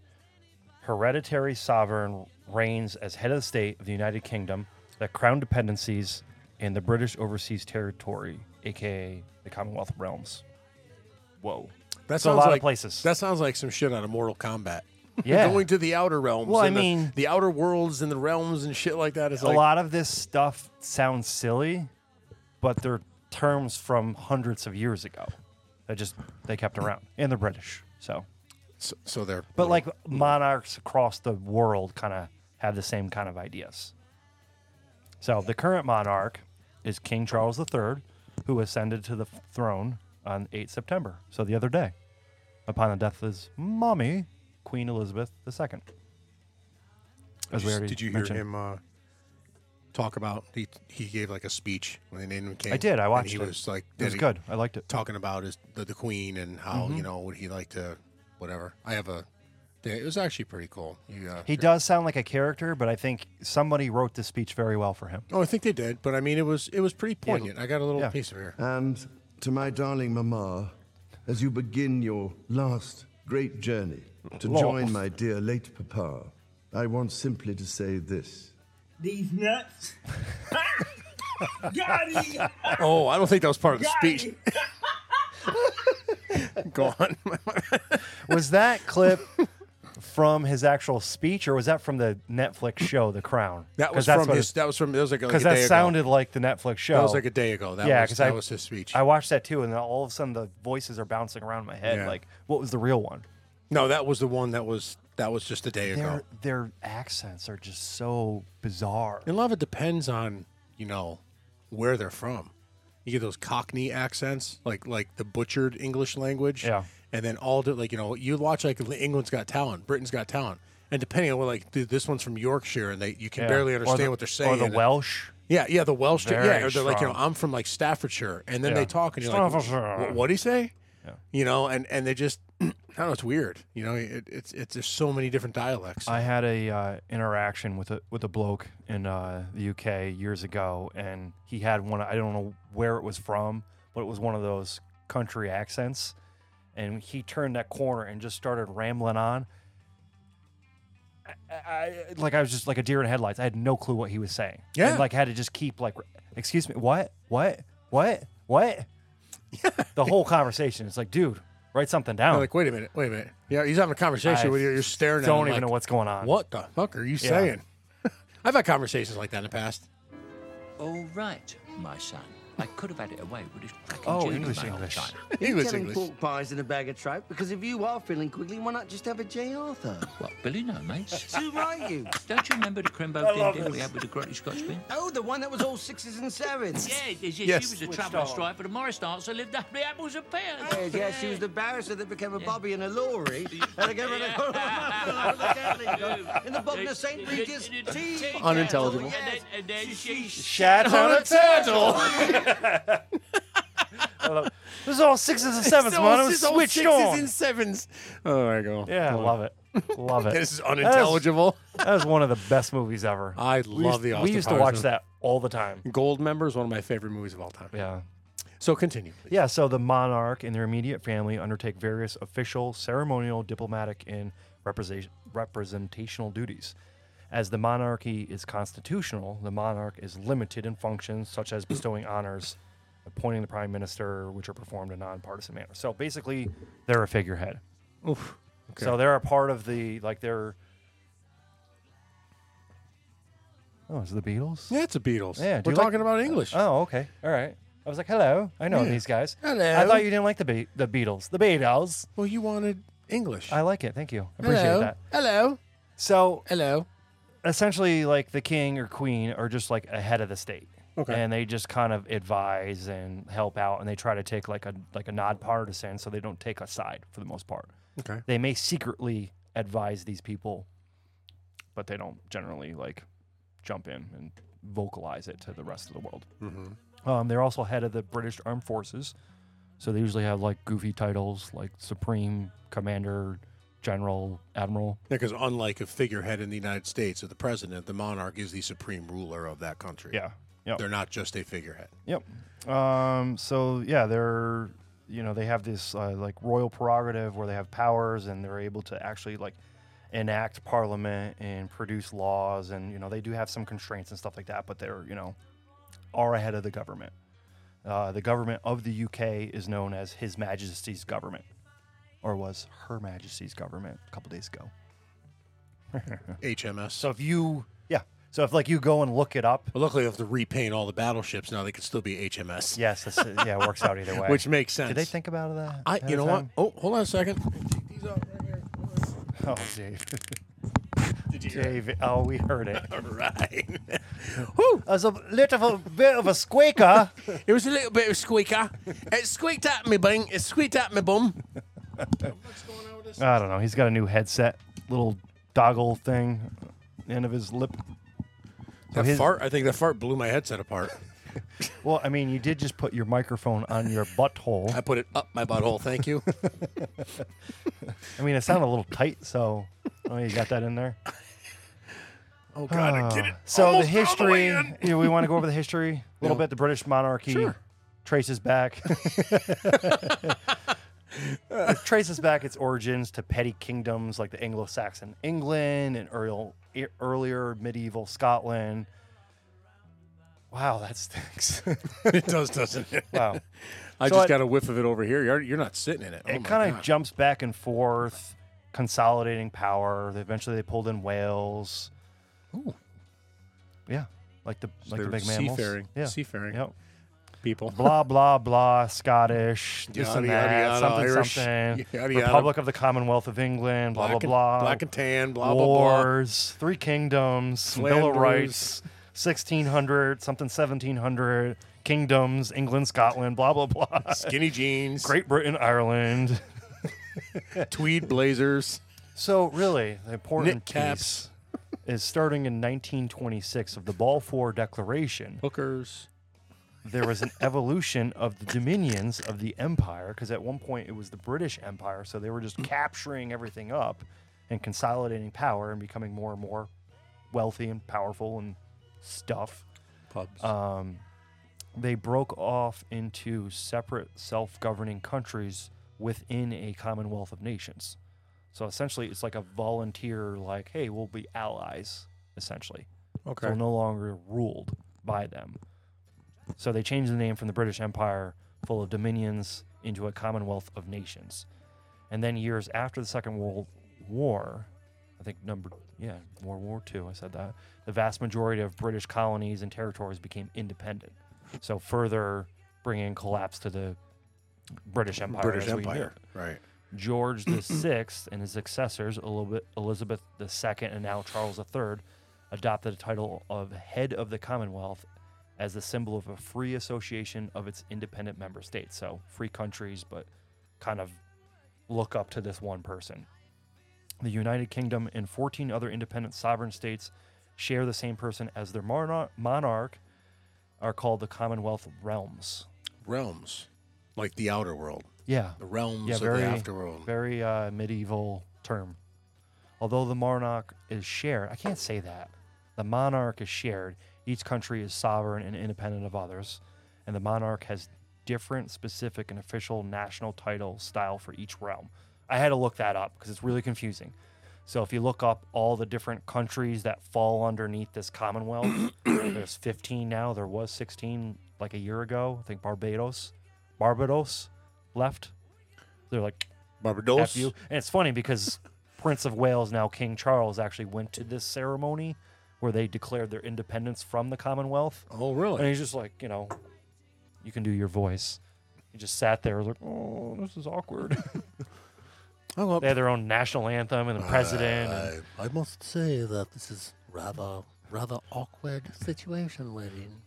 Speaker 1: hereditary sovereign reigns as head of the state of the United Kingdom, the crown dependencies, and the British overseas territory, aka the Commonwealth of Realms. Whoa.
Speaker 2: That
Speaker 1: So a
Speaker 2: sounds
Speaker 1: lot of
Speaker 2: like,
Speaker 1: places.
Speaker 2: That sounds like some shit out of Mortal Kombat. (laughs)
Speaker 1: Yeah.
Speaker 2: Going to the outer realms.
Speaker 1: Well, I
Speaker 2: and the-
Speaker 1: mean-
Speaker 2: the, outer worlds and the realms and shit like that is
Speaker 1: a
Speaker 2: like,
Speaker 1: lot of this stuff sounds silly, but they're terms from hundreds of years ago. They just they kept around. And they're British. So
Speaker 2: So, so they're
Speaker 1: But like monarchs across the world kind of have the same kind of ideas. So the current monarch is King Charles III, who ascended to the f- throne on 8 September, so the other day, upon the death of his mommy, Queen Elizabeth II. As we
Speaker 2: Did you-
Speaker 1: already
Speaker 2: did you hear
Speaker 1: mentioned.
Speaker 2: him uh, talk about? He he gave like a speech when they named him king.
Speaker 1: I did. I watched
Speaker 2: and he
Speaker 1: it.
Speaker 2: was like,
Speaker 1: It was
Speaker 2: did he-
Speaker 1: good. Mhm. I liked it.
Speaker 2: Talking about his the, the queen and how you know would he like to, whatever. I have a Yeah, it was actually pretty cool. You, uh,
Speaker 1: He does sound like a character, but I think somebody wrote this speech very well for him.
Speaker 2: Oh, I think they did, but I mean, it was it was pretty poignant. I got a little
Speaker 1: Yeah.
Speaker 2: piece of
Speaker 1: (laughs)
Speaker 2: it here.
Speaker 4: And to my darling Mama, as you begin your last great journey to join my dear late Papa, I want simply to say this.
Speaker 5: These nuts. (laughs) Got it.
Speaker 2: Oh, I don't think that was part of the
Speaker 5: Got
Speaker 2: speech.
Speaker 1: (laughs)
Speaker 5: it.
Speaker 2: Go on.
Speaker 1: Was that
Speaker 2: (laughs)
Speaker 1: clip from his actual speech, or was that from the Netflix show, The Crown? (laughs)
Speaker 2: That
Speaker 1: 'Cause
Speaker 2: was
Speaker 1: that's
Speaker 2: from
Speaker 1: what
Speaker 2: his.
Speaker 1: it-
Speaker 2: That was from. It was like, like a
Speaker 1: Because
Speaker 2: day
Speaker 1: that
Speaker 2: ago.
Speaker 1: sounded like the Netflix show.
Speaker 2: That was like a day ago. That
Speaker 1: yeah,
Speaker 2: was,
Speaker 1: because
Speaker 2: that
Speaker 1: I
Speaker 2: was his speech.
Speaker 1: I watched that too, and then all of a sudden the voices are bouncing around in my head.
Speaker 2: Yeah.
Speaker 1: Like, what was the real one?
Speaker 2: no, that was the one that was that was just a day ago.
Speaker 1: Their their accents are just so bizarre.
Speaker 2: And a lot of it depends on you know where they're from. You get those Cockney accents, like like the butchered English language.
Speaker 1: Yeah.
Speaker 2: And then all the like you know you watch like England's Got Talent, Britain's Got Talent, and depending on what like dude, this one's from Yorkshire and they you can
Speaker 1: Yeah.
Speaker 2: barely
Speaker 1: Or
Speaker 2: understand
Speaker 1: the-
Speaker 2: what they're saying.
Speaker 1: Or the
Speaker 2: and-
Speaker 1: Welsh.
Speaker 2: Yeah, yeah, the Welsh.
Speaker 1: Very
Speaker 2: yeah, or they're like, you know,
Speaker 1: strong.
Speaker 2: I'm from like Staffordshire, and then
Speaker 1: Yeah.
Speaker 2: they talk, and you're like,
Speaker 1: Staffordshire.
Speaker 2: what what'd he say? You know, and and they just, (clears throat) I don't know, it's weird. You know, it, it's it's there's so many different dialects.
Speaker 1: I had a uh, interaction with a with a bloke in uh, the UK years ago, and he had one. I don't know where it was from, but it was one of those country accents. And he turned that corner and just started rambling on. I, I, like I was just like a deer in headlights. I had no clue what he was saying.
Speaker 2: Yeah.
Speaker 1: and, like had to just keep like, excuse me, what, what, what, what? the whole conversation. It's like, dude, write something down.
Speaker 2: I'm like, wait a minute, wait a minute. Yeah, he's having a conversation
Speaker 1: I
Speaker 2: with you. You're staring at.
Speaker 1: don't
Speaker 2: him
Speaker 1: even
Speaker 2: like,
Speaker 1: know what's going on.
Speaker 2: What the fuck are you saying? (laughs) I've had conversations like that in the past.
Speaker 6: All right, my son. I could have had it away with his cracking
Speaker 1: Oh,
Speaker 6: German
Speaker 1: English,
Speaker 6: mate on
Speaker 1: English.
Speaker 6: China.
Speaker 2: English,
Speaker 7: Telling
Speaker 2: English.
Speaker 7: pork pies and a bag of tripe, because if you are feeling quickly, why not just have a J. Arthur?
Speaker 6: What, Billy? No, mate.
Speaker 7: Who are you?
Speaker 6: Don't you remember the (laughs) Crembo Dim Dim we had with the grotty Scotch bean?
Speaker 7: (laughs) Oh, the one that was all sixes and sevens.
Speaker 6: Yeah, yes, yes,
Speaker 2: Yes.
Speaker 6: she was a travelling stripe, but a Morris dancer lived up the apples and pears.
Speaker 7: Yeah, yeah, she was the barrister that became a bobby in a (laughs) lorry. and I gave her the- in the bottom of St. Regis tea.
Speaker 6: Unintelligible.
Speaker 7: Yes.
Speaker 6: And then she
Speaker 1: Shat on a (laughs) turtle. This is all sixes and sevens, man. I'm switched on.
Speaker 2: sevens. Oh, there you go.
Speaker 1: yeah, I love it. (laughs) Love it.
Speaker 2: This is unintelligible.
Speaker 1: That was one of the best movies ever.
Speaker 2: I
Speaker 1: We
Speaker 2: love
Speaker 1: used-
Speaker 2: the.
Speaker 1: We
Speaker 2: Austin
Speaker 1: used to
Speaker 2: Powers
Speaker 1: watch
Speaker 2: movie.
Speaker 1: that all the time.
Speaker 2: Gold Member is one of my favorite movies of all time.
Speaker 1: Yeah.
Speaker 2: So continue. please.
Speaker 1: Yeah, so the monarch and their immediate family undertake various official, ceremonial, diplomatic, and represent- representational duties. As the monarchy is constitutional, the monarch is limited in functions such as bestowing honors, appointing the prime minister, which are performed in a nonpartisan manner. So basically, they're a figurehead. So they're a part of the, like, they're. Oh, is it the Beatles?
Speaker 2: Yeah, it's a Beatles.
Speaker 1: Yeah, do
Speaker 2: we're
Speaker 1: you like-
Speaker 2: talking about English.
Speaker 1: Oh, okay. All right. I was like, hello. I know these guys.
Speaker 2: Hmm. Hello.
Speaker 1: I thought you didn't like the be- the Beatles. The Beatles.
Speaker 2: well, you wanted English.
Speaker 1: I like it. Thank you. I appreciate
Speaker 2: Hello.
Speaker 1: that.
Speaker 2: Hello.
Speaker 1: So
Speaker 2: Hello.
Speaker 1: essentially, like the king or queen are just like ahead of the state.
Speaker 2: Okay.
Speaker 1: And they just kind of advise and help out, and they try to take like a like a nonpartisan, so they don't take a side for the most part.
Speaker 2: Okay.
Speaker 1: They may secretly advise these people, but they don't generally like jump in and vocalize it to the rest of the world. Um, they're also head of the British Armed Forces, so they usually have like goofy titles like Supreme Commander, General, Admiral.
Speaker 2: Because unlike a figurehead in the United States or the president, the monarch is the supreme ruler of that country.
Speaker 1: Yeah. Yep.
Speaker 2: They're not just a figurehead.
Speaker 1: Yep. Um, so yeah, they're you know they have this uh, like royal prerogative where they have powers and they're able to actually like enact parliament and produce laws and you know they do have some constraints and stuff like that, but they're you know are ahead of the government. Uh, the government of the UK is known as His Majesty's government, or was Her Majesty's government a couple days ago.
Speaker 2: HMS.
Speaker 1: So if you yeah, so if like you go and look it up,
Speaker 2: Well, luckily, they have to repaint all the battleships now. They could still be HMS.
Speaker 1: yes, that's, yeah, it works out
Speaker 2: (laughs)
Speaker 1: either way.
Speaker 2: Which makes sense.
Speaker 1: Did they think about that?
Speaker 2: I,
Speaker 1: ahead
Speaker 2: you
Speaker 1: of
Speaker 2: know
Speaker 1: time?
Speaker 2: what? Oh, hold on a second. Take these out right
Speaker 1: (laughs)
Speaker 2: here.
Speaker 1: Oh,
Speaker 2: (laughs)
Speaker 1: Dave. Dave, oh, we heard it.
Speaker 2: All (laughs) right.
Speaker 1: As a little bit of a squeaker.
Speaker 2: it was a little bit of a squeaker. It squeaked at me, bing. It squeaked at me, bum.
Speaker 1: Oh, I don't know. He's got a new headset, little doggle thing, end of his lip. So
Speaker 2: That
Speaker 1: his-
Speaker 2: fart, I think that fart blew my headset apart.
Speaker 1: Well, I mean, you did just put your microphone on your butthole.
Speaker 2: I put it up my butthole. Thank you.
Speaker 1: I mean, it sounded a little tight, so Oh, you got that in there.
Speaker 3: Oh God, I get it.
Speaker 1: So
Speaker 3: Almost
Speaker 1: the
Speaker 3: found
Speaker 1: history. (laughs)
Speaker 3: way in.
Speaker 1: you know, we want to go over the
Speaker 2: (laughs)
Speaker 1: history a little bit. The British monarchy traces back. it traces back its origins to petty kingdoms like the Anglo-Saxon England and earl- e- earlier medieval Scotland. Wow, that
Speaker 2: (laughs)
Speaker 1: stinks.
Speaker 2: it does, doesn't it?
Speaker 1: wow.
Speaker 2: (laughs) I
Speaker 1: So
Speaker 2: just
Speaker 1: I-
Speaker 2: got a whiff of it over here. You're, you're not sitting in it. Oh
Speaker 1: it
Speaker 2: my
Speaker 1: kind of
Speaker 2: God.
Speaker 1: jumps back and forth, consolidating power. They- Eventually, they pulled in Wales. Ooh. Yeah, like the like
Speaker 2: they
Speaker 1: the
Speaker 2: were
Speaker 1: big mammals.
Speaker 2: seafaring-
Speaker 1: yeah,
Speaker 2: seafaring.
Speaker 1: Yep.
Speaker 2: people.
Speaker 1: Blah blah blah. Scottish. This
Speaker 2: Yada,
Speaker 1: and
Speaker 2: yada,
Speaker 1: that.
Speaker 2: yada,
Speaker 1: something
Speaker 2: Irish,
Speaker 1: something.
Speaker 2: (laughs) yada, yada.
Speaker 1: Republic of the Commonwealth of England. (laughs) Blah
Speaker 2: Black
Speaker 1: blah blah.
Speaker 2: and, black and tan. Blah blah blah.
Speaker 1: Wars. Three Kingdoms. Bill of
Speaker 2: Flanders.
Speaker 1: Rights. Sixteen hundred something. Seventeen hundred kingdoms. England, Scotland. Blah blah blah. (laughs)
Speaker 2: Skinny jeans.
Speaker 1: Great Britain, Ireland.
Speaker 2: tweed blazers.
Speaker 1: So really, the important
Speaker 2: caps.
Speaker 1: piece is starting in 1926 of the Balfour Declaration.
Speaker 2: Hookers.
Speaker 1: There was an evolution of the dominions of the empire because at one point it was the British Empire, so they were just capturing everything up and consolidating power and becoming more and more wealthy and powerful and stuff.
Speaker 2: Pubs.
Speaker 1: They broke off into separate self-governing countries within a Commonwealth of Nations. So essentially, it's like a volunteer, like, hey, we'll be allies, essentially. So
Speaker 2: okay.
Speaker 1: we're no longer ruled by them. So they changed the name from the British Empire, full of dominions, into a Commonwealth of Nations. And then years after the Second World War, I think number, yeah, World War Two. I said that, the vast majority of British colonies and territories became independent. So further bringing collapse to the British Empire.
Speaker 2: British
Speaker 1: as we knew it.
Speaker 2: Empire. Right.
Speaker 1: George the Sixth and his successors, Elib- Elizabeth II and now Charles III, adopted the title of head of the Commonwealth as the symbol of a free association of its independent member states. So free countries, but kind of look up to this one person. The United Kingdom and 14 other independent sovereign states share the same person as their monar- monarch, are called the Commonwealth realms.
Speaker 2: Realms. Like the outer world.
Speaker 1: Yeah.
Speaker 2: The realms
Speaker 1: yeah,
Speaker 2: of
Speaker 1: very,
Speaker 2: the afterworld.
Speaker 1: Very uh, medieval term. Although the monarch is shared, I can't say that. The monarch is shared. Each country is sovereign and independent of others, and the monarch has different specific and official national title style for each realm. I had to look that up because it's really confusing. So if you look up all the different countries that fall underneath this
Speaker 2: (coughs)
Speaker 1: Commonwealth, there's 15 now. There was 16 like a year ago. I think Barbados, Barbados left. They're like
Speaker 2: Barbados.
Speaker 1: F you. And it's funny because (laughs) Prince of Wales, now King Charles, actually went to this ceremony where they declared their independence from the Commonwealth.
Speaker 2: Oh,
Speaker 1: And
Speaker 2: really?
Speaker 1: he's just like, you know, you can do your voice. He just sat there like, oh, this is awkward. (laughs)
Speaker 2: Oh, well,
Speaker 1: they had their own national anthem and the president. and-
Speaker 5: I, I must say that this is rather, rather awkward situation we're in.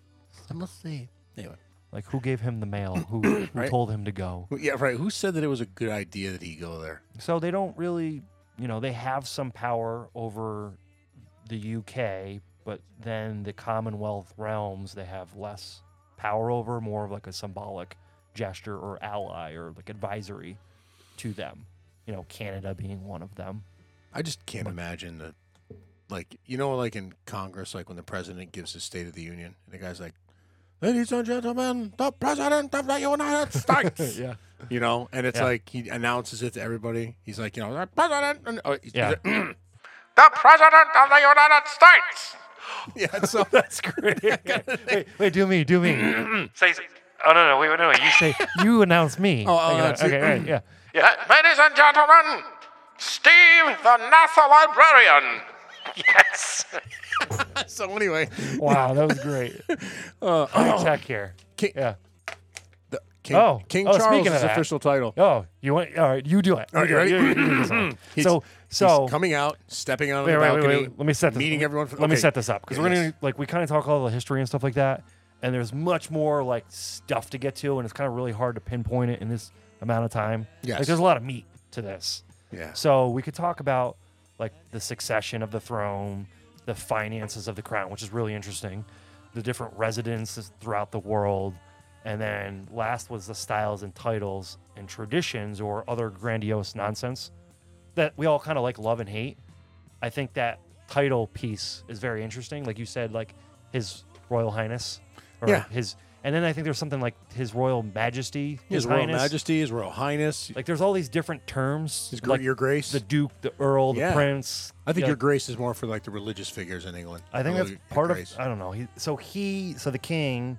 Speaker 5: I must say.
Speaker 2: anyway.
Speaker 1: like, who gave him the mail? Who, who
Speaker 2: Right.
Speaker 1: told him to go?
Speaker 2: Who- Yeah, right. Who said that it was a good idea that he go there?
Speaker 1: So they don't really, you know, they have some power over the UK, but then the Commonwealth realms they have less power over, more of like a symbolic gesture or ally or like advisory to them. You know, Canada being one of them.
Speaker 2: I just can't imagine the, like you know, like in Congress, like when the president gives his State of the Union, and the guy's like, "Ladies and gentlemen, the president of the
Speaker 1: (laughs)
Speaker 2: United States."
Speaker 1: Yeah.
Speaker 2: You know, and it's
Speaker 1: Yeah.
Speaker 2: like he announces it to everybody. He's like, you know, the president. And, oh, he's-
Speaker 1: Yeah.
Speaker 3: The president of the United States.
Speaker 2: (laughs) yeah.
Speaker 1: (laughs)
Speaker 2: So
Speaker 1: (laughs) That's great. wait, wait, do me, do me.
Speaker 3: (clears throat) Say, oh no, no, wait, no, you
Speaker 1: Say, you announce me. Oh,
Speaker 2: oh, that's it.
Speaker 1: okay, right, yeah.
Speaker 3: Yeah. Ladies and gentlemen, Steve the NASA librarian. Yes.
Speaker 2: (laughs) so anyway,
Speaker 1: Wow, that was (laughs) great. High tech here.
Speaker 2: Ki-
Speaker 1: Yeah.
Speaker 2: the, King,
Speaker 1: Oh,
Speaker 2: King
Speaker 1: oh,
Speaker 2: Charles'
Speaker 1: speaking of that.
Speaker 2: official title.
Speaker 1: Oh, you want? All right, you do it.
Speaker 2: All right,
Speaker 1: do
Speaker 2: you
Speaker 1: it,
Speaker 2: ready?
Speaker 1: do
Speaker 2: (laughs)
Speaker 1: this one.
Speaker 2: (clears throat) He's-
Speaker 1: so, so
Speaker 2: He's coming out, stepping out on
Speaker 1: wait,
Speaker 2: the
Speaker 1: wait, wait,
Speaker 2: balcony.
Speaker 1: wait, Let me set this.
Speaker 2: meeting everyone. For,
Speaker 1: let me
Speaker 2: okay.
Speaker 1: set this up because
Speaker 2: Yeah,
Speaker 1: we're
Speaker 2: yes.
Speaker 1: gonna like we kind of talk all the history and stuff like that, and there's much more like stuff to get to, and it's kind of really hard to pinpoint it in this amount of time.
Speaker 2: Yes.
Speaker 1: like there's a lot of meat to this.
Speaker 2: Yeah.
Speaker 1: So we could talk about like the succession of the throne, the finances of the crown, which is really interesting, the different residences throughout the world, and then last was the styles and titles and traditions or other grandiose nonsense that we all kind of like love and hate. I think that title piece is very interesting. Like you said, like His Royal Highness, or
Speaker 2: Yeah.
Speaker 1: his, and then I think there's something like His Royal Majesty,
Speaker 2: His, Royal
Speaker 1: Highness.
Speaker 2: Majesty, His Royal Highness,
Speaker 1: Like there's all these different terms.
Speaker 2: His gr-
Speaker 1: like
Speaker 2: Your Grace.
Speaker 1: the Duke, the Earl, the
Speaker 2: Yeah.
Speaker 1: Prince.
Speaker 2: I think
Speaker 1: yeah.
Speaker 2: Your Grace is more for like the religious figures in England.
Speaker 1: I think
Speaker 2: Your
Speaker 1: that's
Speaker 2: Grace.
Speaker 1: part of. I don't know. He, so he, so the king,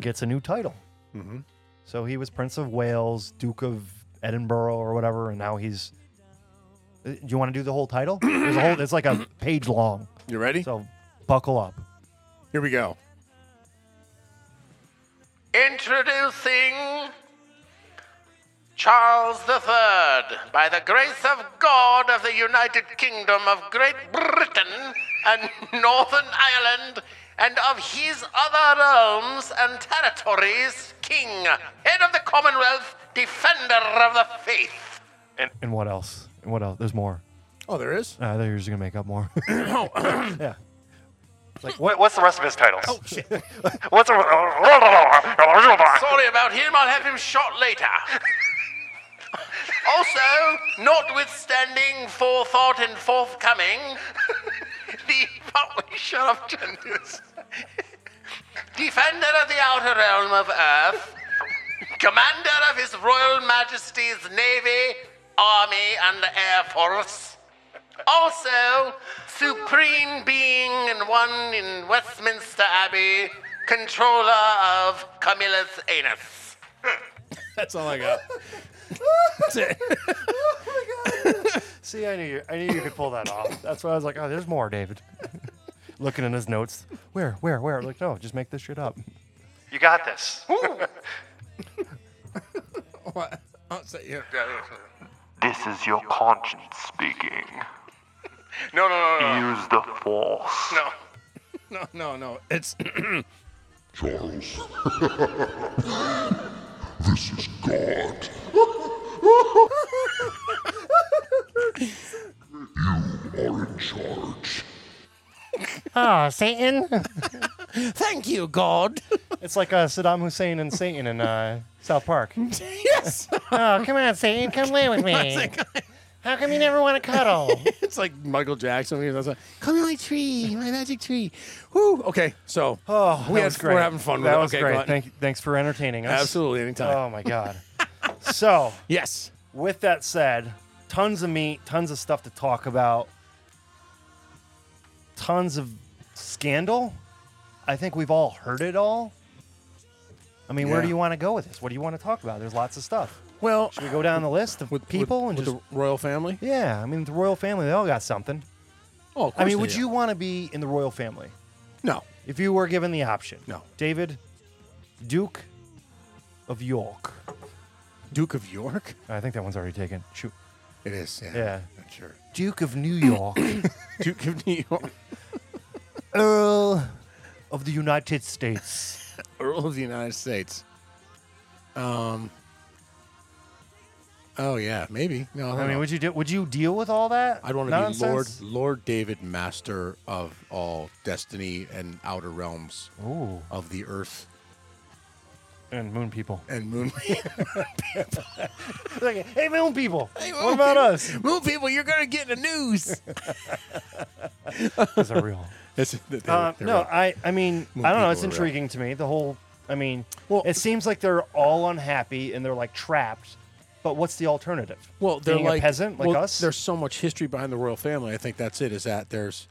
Speaker 1: gets a new title.
Speaker 2: hmm
Speaker 1: So he was Prince of Wales, Duke of Edinburgh, or whatever, and now he's. Uh, Do you want to do the whole
Speaker 2: (coughs)
Speaker 1: title? There's a whole. It's like a page long.
Speaker 2: You ready?
Speaker 1: So buckle up.
Speaker 2: Here we go.
Speaker 3: Introducing Charles III, by the grace of God of the United Kingdom of Great Britain and (laughs) Northern Ireland, and of his other realms and territories, King, head of the Commonwealth, defender of the faith.
Speaker 1: And what else? And what else? There's more.
Speaker 2: Oh, there is.
Speaker 1: Uh, they're just gonna make up
Speaker 2: (coughs)
Speaker 1: more.
Speaker 2: Oh.
Speaker 1: (coughs) yeah. It's Like what, what's the rest of his titles? Oh shit! what's the,
Speaker 3: Sorry about him, I'll have him shot later. also, notwithstanding forethought and forthcoming, the publisher of genders, defender of the outer realm of Earth, commander of His Royal Majesty's Navy, Army, and Air Force. Also, supreme being and one in Westminster Abbey, controller of Camilla's anus.
Speaker 2: That's all I got.
Speaker 1: See, I knew you. I knew you could pull that off.
Speaker 2: (laughs)
Speaker 1: That's why I was like, oh, there's more, David. (laughs) Looking in his notes. Where? Where? Where? Like, no, just make this shit up. You got this.
Speaker 2: Oh,
Speaker 8: This is your conscience speaking.
Speaker 3: No, no, no,
Speaker 8: Use the force.
Speaker 3: no.
Speaker 2: no, no, no. It's
Speaker 9: Charles. this is God. you are in charge.
Speaker 5: Oh, Satan.
Speaker 6: Thank
Speaker 2: (laughs)
Speaker 6: you, God.
Speaker 1: It's like uh, Saddam Hussein and Satan in uh, South Park.
Speaker 6: yes.
Speaker 5: Oh, come on, Satan. Come
Speaker 1: (laughs)
Speaker 5: lay with me. How come you never want to cuddle?
Speaker 2: it's like Michael Jackson. He was like, "Come to my tree, my magic tree." Whew. Okay, so
Speaker 1: Oh,
Speaker 2: we
Speaker 1: that
Speaker 2: had,
Speaker 1: was great.
Speaker 2: we're having fun.
Speaker 1: That
Speaker 2: with
Speaker 1: was
Speaker 2: it. Okay, go
Speaker 1: great.
Speaker 2: on.
Speaker 1: Thank, thanks for entertaining us.
Speaker 2: Absolutely, anytime.
Speaker 1: Oh my
Speaker 2: (laughs)
Speaker 1: god. so,
Speaker 2: yes.
Speaker 1: with that said, tons of meat, tons of stuff to talk about, tons of scandal. I think we've all heard it all. I mean, where
Speaker 2: Yeah.
Speaker 1: do you want to go with this? What do you want to talk about? There's lots of stuff.
Speaker 2: Well,
Speaker 1: Should we go down the list of
Speaker 2: with
Speaker 1: people
Speaker 2: with,
Speaker 1: and
Speaker 2: with
Speaker 1: just
Speaker 2: the royal family.
Speaker 1: yeah? I mean, the royal family—they all got something.
Speaker 2: Oh, of
Speaker 1: I mean,
Speaker 2: course
Speaker 1: would
Speaker 2: they
Speaker 1: you
Speaker 2: are.
Speaker 1: want to be in the royal family?
Speaker 2: No.
Speaker 1: If you were given the option.
Speaker 2: No.
Speaker 1: David, Duke of York.
Speaker 2: Duke of York.
Speaker 1: I think that one's already taken. Shoot.
Speaker 2: It is. Yeah.
Speaker 1: Yeah.
Speaker 2: Not sure.
Speaker 1: Duke of New York.
Speaker 2: Duke of New York. (laughs)
Speaker 1: Earl of the United States.
Speaker 2: Earl of the United States. Um. Oh yeah, maybe. No,
Speaker 1: I mean, would you do, would you deal with all that?
Speaker 2: I'd want to be Lord
Speaker 1: nonsense?
Speaker 2: Lord David, Master of all destiny and outer realms
Speaker 1: Ooh.
Speaker 2: of the earth
Speaker 1: And moon people.
Speaker 2: and moon. (laughs)
Speaker 1: Like, hey, moon people. what
Speaker 2: moon
Speaker 1: about us?
Speaker 2: moon people, you're gonna get the news. (laughs)
Speaker 1: Is that real?
Speaker 2: It's- they- they-
Speaker 1: Uh,
Speaker 2: they're
Speaker 1: no,
Speaker 2: right.
Speaker 1: I, I mean,
Speaker 2: Moon
Speaker 1: I don't know.
Speaker 2: people
Speaker 1: It's
Speaker 2: are real.
Speaker 1: intriguing to me. The whole, I mean,
Speaker 2: Well-
Speaker 1: it seems like they're all unhappy and they're like trapped. But what's the alternative?
Speaker 2: well, they're
Speaker 1: Being
Speaker 2: like
Speaker 1: a peasant like
Speaker 2: well,
Speaker 1: us.
Speaker 2: There's so much history behind the royal family. I think that's it. Is that there's,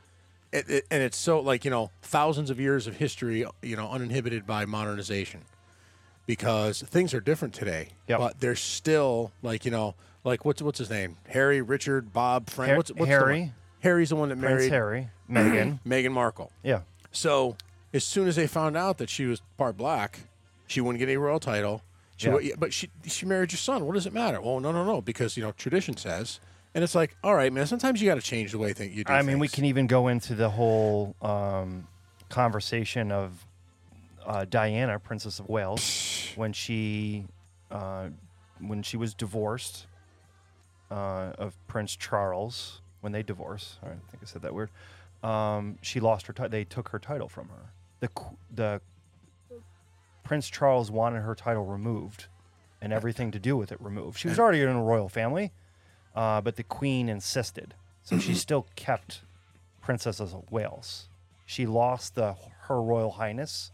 Speaker 2: it, it, and it's so like you know thousands of years of history, you know, uninhibited by modernization, because things are different today.
Speaker 1: Yep.
Speaker 2: But they're still like you know like what's what's his name? Harry, Richard, Bob, Frank.
Speaker 1: Har-
Speaker 2: what's, what's
Speaker 1: Harry.
Speaker 2: The one? Harry's the one that
Speaker 1: Prince
Speaker 2: married
Speaker 1: Harry,
Speaker 2: (clears throat)
Speaker 1: Meghan.
Speaker 2: Meghan Markle.
Speaker 1: Yeah.
Speaker 2: So as soon as they found out that she was part black, she wouldn't get any royal title. She,
Speaker 1: Yeah.
Speaker 2: wa- but she she married your son. What does it matter? Well, no, no, no, because you know tradition says. And it's like, all right, man. Sometimes you got to change the way think you do.
Speaker 1: I mean, we
Speaker 2: things.
Speaker 1: can even go into the whole um, conversation of uh, Diana, Princess of Wales, when she uh, when she was divorced uh, of Prince Charles. When they divorced, I think I said that weird. Um, she lost her. Ti- they took her title from her. The qu- the Prince Charles wanted her title removed,
Speaker 2: uh,
Speaker 1: and everything to do with it removed. She was already in a royal family, uh, but the uh, Queen insisted So
Speaker 2: (clears throat)
Speaker 1: she still kept Princess of Wales. She lost the Her Royal Highness.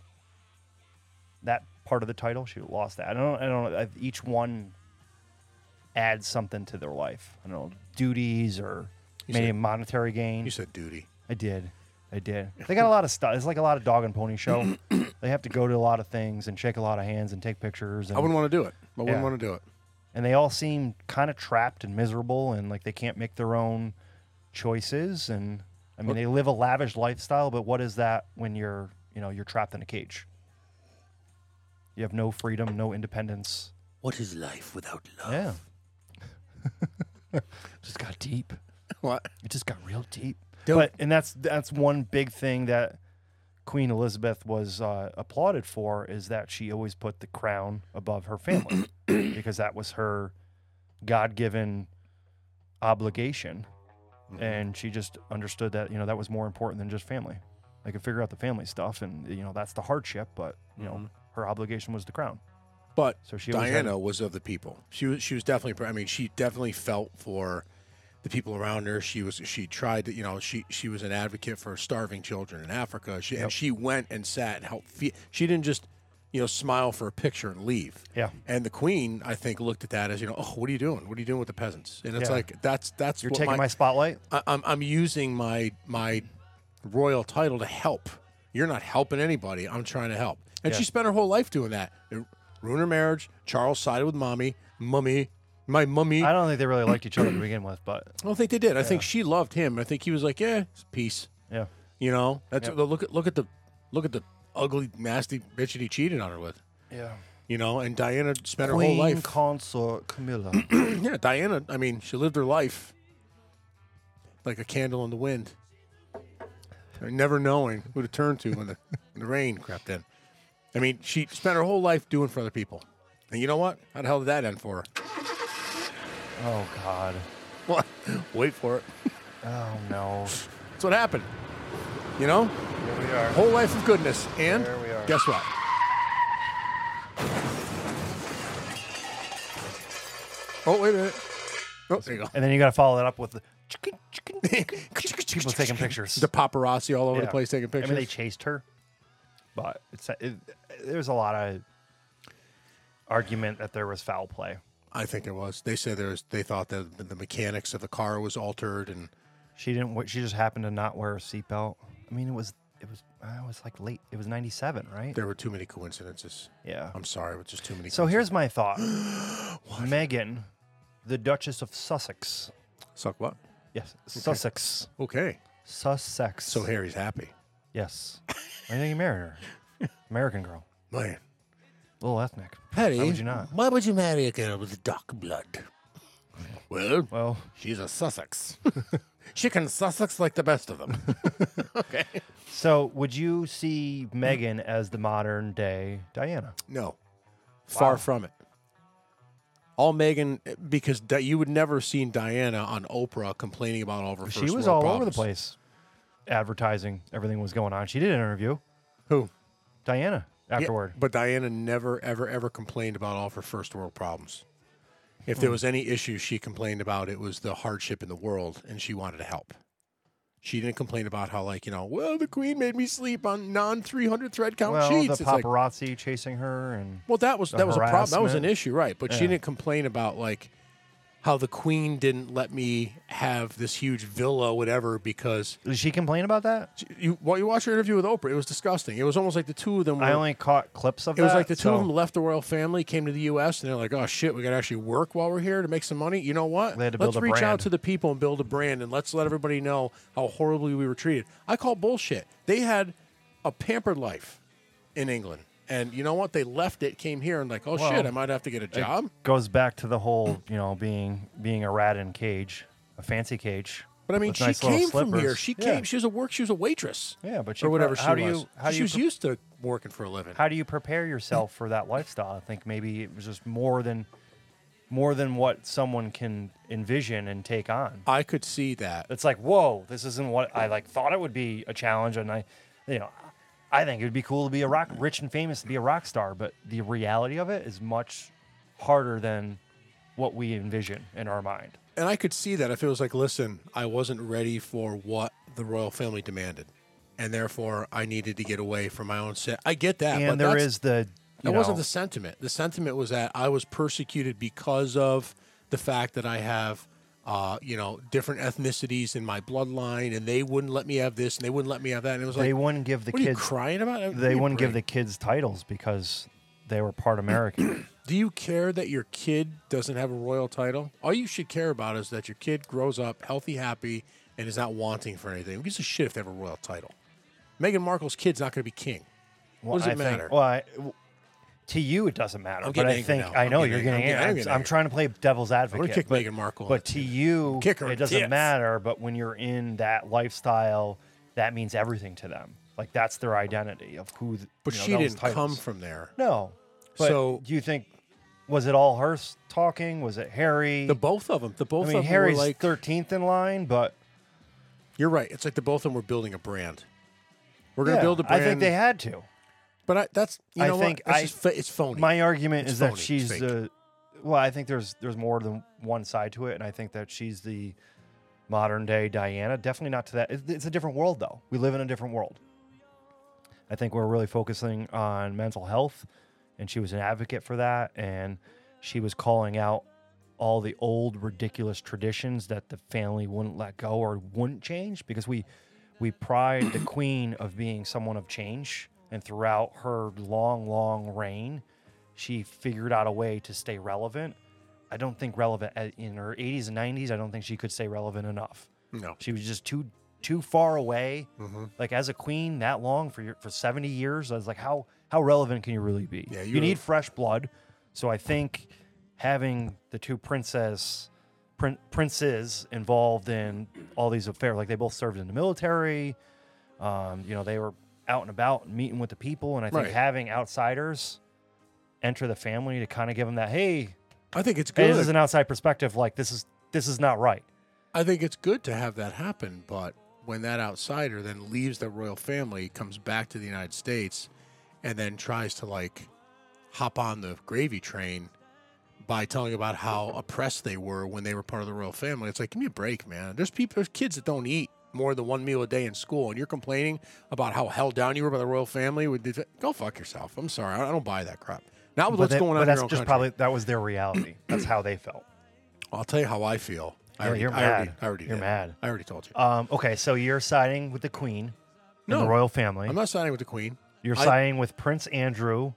Speaker 1: That part of the title, she lost that. I don't. I don't. know. Each one adds something to their life. I don't know duties or maybe
Speaker 2: said-
Speaker 1: monetary gain.
Speaker 2: You said duty.
Speaker 1: I did. I did. They got a lot of stuff. It's like a lot of dog and pony show.
Speaker 5: (coughs)
Speaker 1: they have to go to a lot of things and shake a lot of hands and take pictures. And,
Speaker 2: I wouldn't want to do it. I wouldn't
Speaker 1: Yeah.
Speaker 2: want to
Speaker 1: (laughs)
Speaker 2: do it.
Speaker 1: and they all seem kind of trapped and miserable and like they can't make their own choices. And I mean, they live a lavish lifestyle, but what is that when you're, you know, you're trapped in a cage? You have no freedom, no independence.
Speaker 5: What is life without love?
Speaker 1: Yeah. (laughs) just got deep.
Speaker 2: What?
Speaker 1: It just got real deep.
Speaker 2: Don't-
Speaker 1: But and that's that's one big thing that Queen Elizabeth was uh, applauded for is that she always put the crown above her family
Speaker 2: (coughs)
Speaker 1: because that was her God-given obligation,
Speaker 2: Mm-hmm.
Speaker 1: and she just understood that you know that was more important than just family. They could figure out the family stuff, and you know that's the hardship, but you
Speaker 2: Mm-hmm.
Speaker 1: know her obligation was the crown.
Speaker 2: But
Speaker 1: So she always had-
Speaker 2: Diana was of the people. She was she was definitely. I mean, she definitely felt for the people around her. She was she tried to you know she she was an advocate for starving children in Africa. She and she went and sat and helped feed. She didn't just you know smile for a picture and leave.
Speaker 1: Yeah.
Speaker 2: And the queen, I think, looked at that as you know, oh, what are you doing? What are you doing with the peasants? And it's
Speaker 1: Yeah.
Speaker 2: like that's that's
Speaker 1: You're
Speaker 2: what
Speaker 1: taking my, spotlight.
Speaker 2: I, I'm I'm using my my royal title to help. You're not helping anybody. I'm trying to help. And she
Speaker 1: Yeah.
Speaker 2: spent her whole life doing that. It ruined her marriage. Charles sided with mommy, mummy, my mummy.
Speaker 1: I
Speaker 2: I
Speaker 1: don't think they really liked each other to begin with, but
Speaker 2: don't think they did. I think she loved him. I think he was like, yeah, it's peace.
Speaker 1: yeah,
Speaker 2: You know, that's look at look at the look at the ugly, nasty bitch that he cheated on her with.
Speaker 1: yeah.
Speaker 2: You know, and Diana spent her whole life.
Speaker 1: consort Camilla.
Speaker 2: yeah, Diana. I mean, she lived her life like a candle in the wind, never knowing who to turn to when the, (laughs) when the rain crept in. I mean, she spent her whole life doing for other people, and you know what? How the hell did that end for her? (laughs)
Speaker 1: oh God.
Speaker 2: What? Wait for it.
Speaker 1: Oh no.
Speaker 2: That's what happened. You know,
Speaker 1: Here we are.
Speaker 2: whole life of goodness, and
Speaker 1: There we are.
Speaker 2: guess what? Oh wait a minute. Oh, there you go.
Speaker 1: And then you gotta follow that up with the chicken, (laughs) chicken, chicken.
Speaker 2: People
Speaker 1: taking pictures.
Speaker 2: The paparazzi all over the
Speaker 1: Yeah.
Speaker 2: place taking pictures.
Speaker 1: I mean, they chased her, but it's uh, it, there's a lot of argument that there was foul play.
Speaker 2: I think it was. They said there was. They thought that the- the mechanics of the car was altered, and
Speaker 1: She didn't. wa- She just happened to not wear a seatbelt. I mean, it was it was I was like late. It was '97, right?
Speaker 2: there were too many coincidences.
Speaker 1: yeah.
Speaker 2: I'm sorry, it was just too many.
Speaker 1: So here's my
Speaker 2: (gasps)
Speaker 1: thought. Megan, the Duchess of Sussex.
Speaker 2: suck what?
Speaker 1: Yes, Sussex.
Speaker 2: Okay.
Speaker 1: Sussex.
Speaker 2: So Harry's happy.
Speaker 1: Yes. I think you married her.
Speaker 2: (laughs)
Speaker 1: American girl.
Speaker 2: Man,
Speaker 1: Little ethnic.
Speaker 5: Harry,
Speaker 1: Why would you not?
Speaker 5: Why would you marry a girl with dark blood?
Speaker 2: well,
Speaker 1: Well,
Speaker 2: she's a Sussex. she can Sussex like the best of them.
Speaker 1: so would you see Megan as the modern day Diana?
Speaker 2: No, far from it. All Megan, because Di- you would never have seen Diana on Oprah complaining about all of her.
Speaker 1: She
Speaker 2: first
Speaker 1: was all
Speaker 2: world
Speaker 1: over the
Speaker 2: problems.
Speaker 1: place. Advertising, everything was going on. She did an interview.
Speaker 2: Who?
Speaker 1: Diana
Speaker 2: Yeah,
Speaker 1: afterward.
Speaker 2: but Diana never, ever, ever complained about all of her first world problems. If
Speaker 1: Hmm.
Speaker 2: there was any issue she complained about, it was the hardship in the world, and she wanted to help. She didn't complain about how, like, you know, well, the queen made me sleep on non 300 thread count
Speaker 1: Well,
Speaker 2: sheets.
Speaker 1: the
Speaker 2: It's like,
Speaker 1: paparazzi chasing her and
Speaker 2: well, that was
Speaker 1: the
Speaker 2: that was a problem. That was an
Speaker 1: harassment.
Speaker 2: issue, right? But she
Speaker 1: Yeah.
Speaker 2: didn't complain about like how the queen didn't let me have this huge villa, whatever, because
Speaker 1: did she complain about that?
Speaker 2: she, you, while you watch her interview with Oprah, it was disgusting. It was almost like the two of them. Were,
Speaker 1: I only caught clips of
Speaker 2: it was like the two
Speaker 1: so-
Speaker 2: of them left the royal family, came to the U.S., and they're like, "Oh shit, we got to actually work while we're here to make some money." You know what?
Speaker 1: They had to
Speaker 2: let's
Speaker 1: build a
Speaker 2: reach out
Speaker 1: brand.
Speaker 2: to the people and build a brand, and let's let everybody know how horribly we were treated. I call bullshit. They had a pampered life in England, and you know what? They left it, came here, and like, "Oh shit, I might have to get a job."
Speaker 1: goes back to the whole, you know, being being a rat in a cage, a fancy cage.
Speaker 2: But I mean,
Speaker 1: with
Speaker 2: she
Speaker 1: nice little
Speaker 2: came from here.
Speaker 1: slippers.
Speaker 2: She
Speaker 1: Yeah.
Speaker 2: came. She was a work. She was a waitress.
Speaker 1: Yeah, but she
Speaker 2: or whatever
Speaker 1: prob-
Speaker 2: she
Speaker 1: how do
Speaker 2: was.
Speaker 1: you- how do
Speaker 2: she
Speaker 1: you
Speaker 2: was
Speaker 1: pre-
Speaker 2: used to working for a living.
Speaker 1: how do you prepare yourself for that lifestyle? I think maybe it was just more than more than what someone can envision and take on.
Speaker 2: I could see that.
Speaker 1: It's like, whoa, this isn't what I like thought it would be a challenge, and I, you know, I think it would be cool to be a rock, rich and famous, to be a rock star. But the reality of it is much harder than what we envision in our mind.
Speaker 2: And I could see that if it was like, listen, I wasn't ready for what the royal family demanded, and therefore I needed to get away from my own set. I get that, but
Speaker 1: and there
Speaker 2: that's-
Speaker 1: is the you
Speaker 2: That wasn't
Speaker 1: know,
Speaker 2: the sentiment. The sentiment was that I was persecuted because of the fact that I have, uh, you know, different ethnicities in my bloodline, and they wouldn't let me have this, and they wouldn't let me have that. And it was
Speaker 1: they
Speaker 2: like,
Speaker 1: wouldn't give the
Speaker 2: what are you
Speaker 1: kids
Speaker 2: crying about? Give me
Speaker 1: they
Speaker 2: a
Speaker 1: wouldn't give
Speaker 2: break.
Speaker 1: the kids titles because they were part American.
Speaker 2: Do you care that your kid doesn't have a royal title? All you should care about is that your kid grows up healthy, happy, and is not wanting for anything. Who gives a shit if they have a royal title? Meghan Markle's kid's not going to be king.
Speaker 1: Well,
Speaker 2: does it
Speaker 1: I think-
Speaker 2: matter?
Speaker 1: well, I- w- to you it doesn't matter,
Speaker 2: I'm
Speaker 1: but
Speaker 2: getting
Speaker 1: I
Speaker 2: angry
Speaker 1: think
Speaker 2: now.
Speaker 1: I
Speaker 2: I'm
Speaker 1: know
Speaker 2: getting
Speaker 1: you're
Speaker 2: angry.
Speaker 1: getting.
Speaker 2: I'm getting- I'm
Speaker 1: I'm,
Speaker 2: getting
Speaker 1: I'm
Speaker 2: angry.
Speaker 1: trying to play devil's advocate.
Speaker 2: kick
Speaker 1: but,
Speaker 2: Meghan Markle in
Speaker 1: But
Speaker 2: the
Speaker 1: to you,
Speaker 2: Kick her in
Speaker 1: it doesn't
Speaker 2: tits.
Speaker 1: matter. But when you're in that lifestyle, that means everything to them. Like that's their identity of who. th-
Speaker 2: But
Speaker 1: you know,
Speaker 2: she
Speaker 1: those
Speaker 2: didn't come
Speaker 1: titles.
Speaker 2: from there.
Speaker 1: No. But
Speaker 2: So-
Speaker 1: do you think was it all her s- talking? Was it Harry?
Speaker 2: The both of them. The both
Speaker 1: I
Speaker 2: of
Speaker 1: mean,
Speaker 2: them
Speaker 1: Harry's
Speaker 2: were like.
Speaker 1: thirteenth in line, but
Speaker 2: You're right. It's like the both of them were building a brand. We're going to
Speaker 1: yeah,
Speaker 2: build a
Speaker 1: I
Speaker 2: brand.
Speaker 1: think they had to.
Speaker 2: But I, that's you
Speaker 1: I
Speaker 2: know
Speaker 1: think
Speaker 2: what? That's
Speaker 1: I-
Speaker 2: just fa- it's phony.
Speaker 1: My argument
Speaker 2: It's
Speaker 1: is
Speaker 2: phony.
Speaker 1: that
Speaker 2: It's
Speaker 1: she's
Speaker 2: fake.
Speaker 1: the. Well, I think there's there's more than one side to it, and I think that she's the modern day Diana. Definitely not to that. It's, it's a different world, though. We live in a different world. I think we're really focusing on mental health, and she was an advocate for that, and she was calling out all the old ridiculous traditions that the family wouldn't let go or wouldn't change because we we pride the queen of being someone of change and throughout her long long reign she figured out a way to stay relevant i don't think relevant uh, in her 80s and 90s i don't think she could stay relevant enough
Speaker 2: No.
Speaker 1: she was just too too far away
Speaker 2: Mm-hmm.
Speaker 1: like as a queen that long for your, for 70 years i was like how how relevant can you really be
Speaker 2: Yeah,
Speaker 1: you
Speaker 2: you're-
Speaker 1: need fresh blood so i think having the two princess prin- princes involved in all these affairs like they both served in the military um, you know they were out and about and meeting with the people and i think
Speaker 2: Right.
Speaker 1: having outsiders enter the family to kind of give them that hey
Speaker 2: I think it's
Speaker 1: hey,
Speaker 2: good.
Speaker 1: this is an outside perspective like this is this is not right
Speaker 2: I think it's good to have that happen, but when that outsider then leaves the royal family, comes back to the United States, and then tries to like hop on the gravy train by telling about how oppressed they were when they were part of the royal family, it's like give me a break, man. There's people, there's kids that don't eat more than one meal a day in school, and you're complaining about how held down you were by the royal family. With this- Go fuck yourself. I'm sorry, I I don't buy that crap. Not with
Speaker 1: but,
Speaker 2: what's
Speaker 1: that-
Speaker 2: going on.
Speaker 1: but
Speaker 2: in
Speaker 1: that's
Speaker 2: your own
Speaker 1: just
Speaker 2: country.
Speaker 1: probably that was their reality
Speaker 2: (clears throat)
Speaker 1: that's how they felt
Speaker 2: I'll tell you how I feel. I
Speaker 1: Yeah,
Speaker 2: already,
Speaker 1: you're
Speaker 2: I already,
Speaker 1: mad.
Speaker 2: I already
Speaker 1: You're
Speaker 2: did.
Speaker 1: mad.
Speaker 2: I already told you.
Speaker 1: Um, okay, so you're siding with the Queen, and
Speaker 2: No.
Speaker 1: the royal family.
Speaker 2: I'm not siding with the Queen.
Speaker 1: you're
Speaker 2: I-
Speaker 1: siding with Prince Andrew,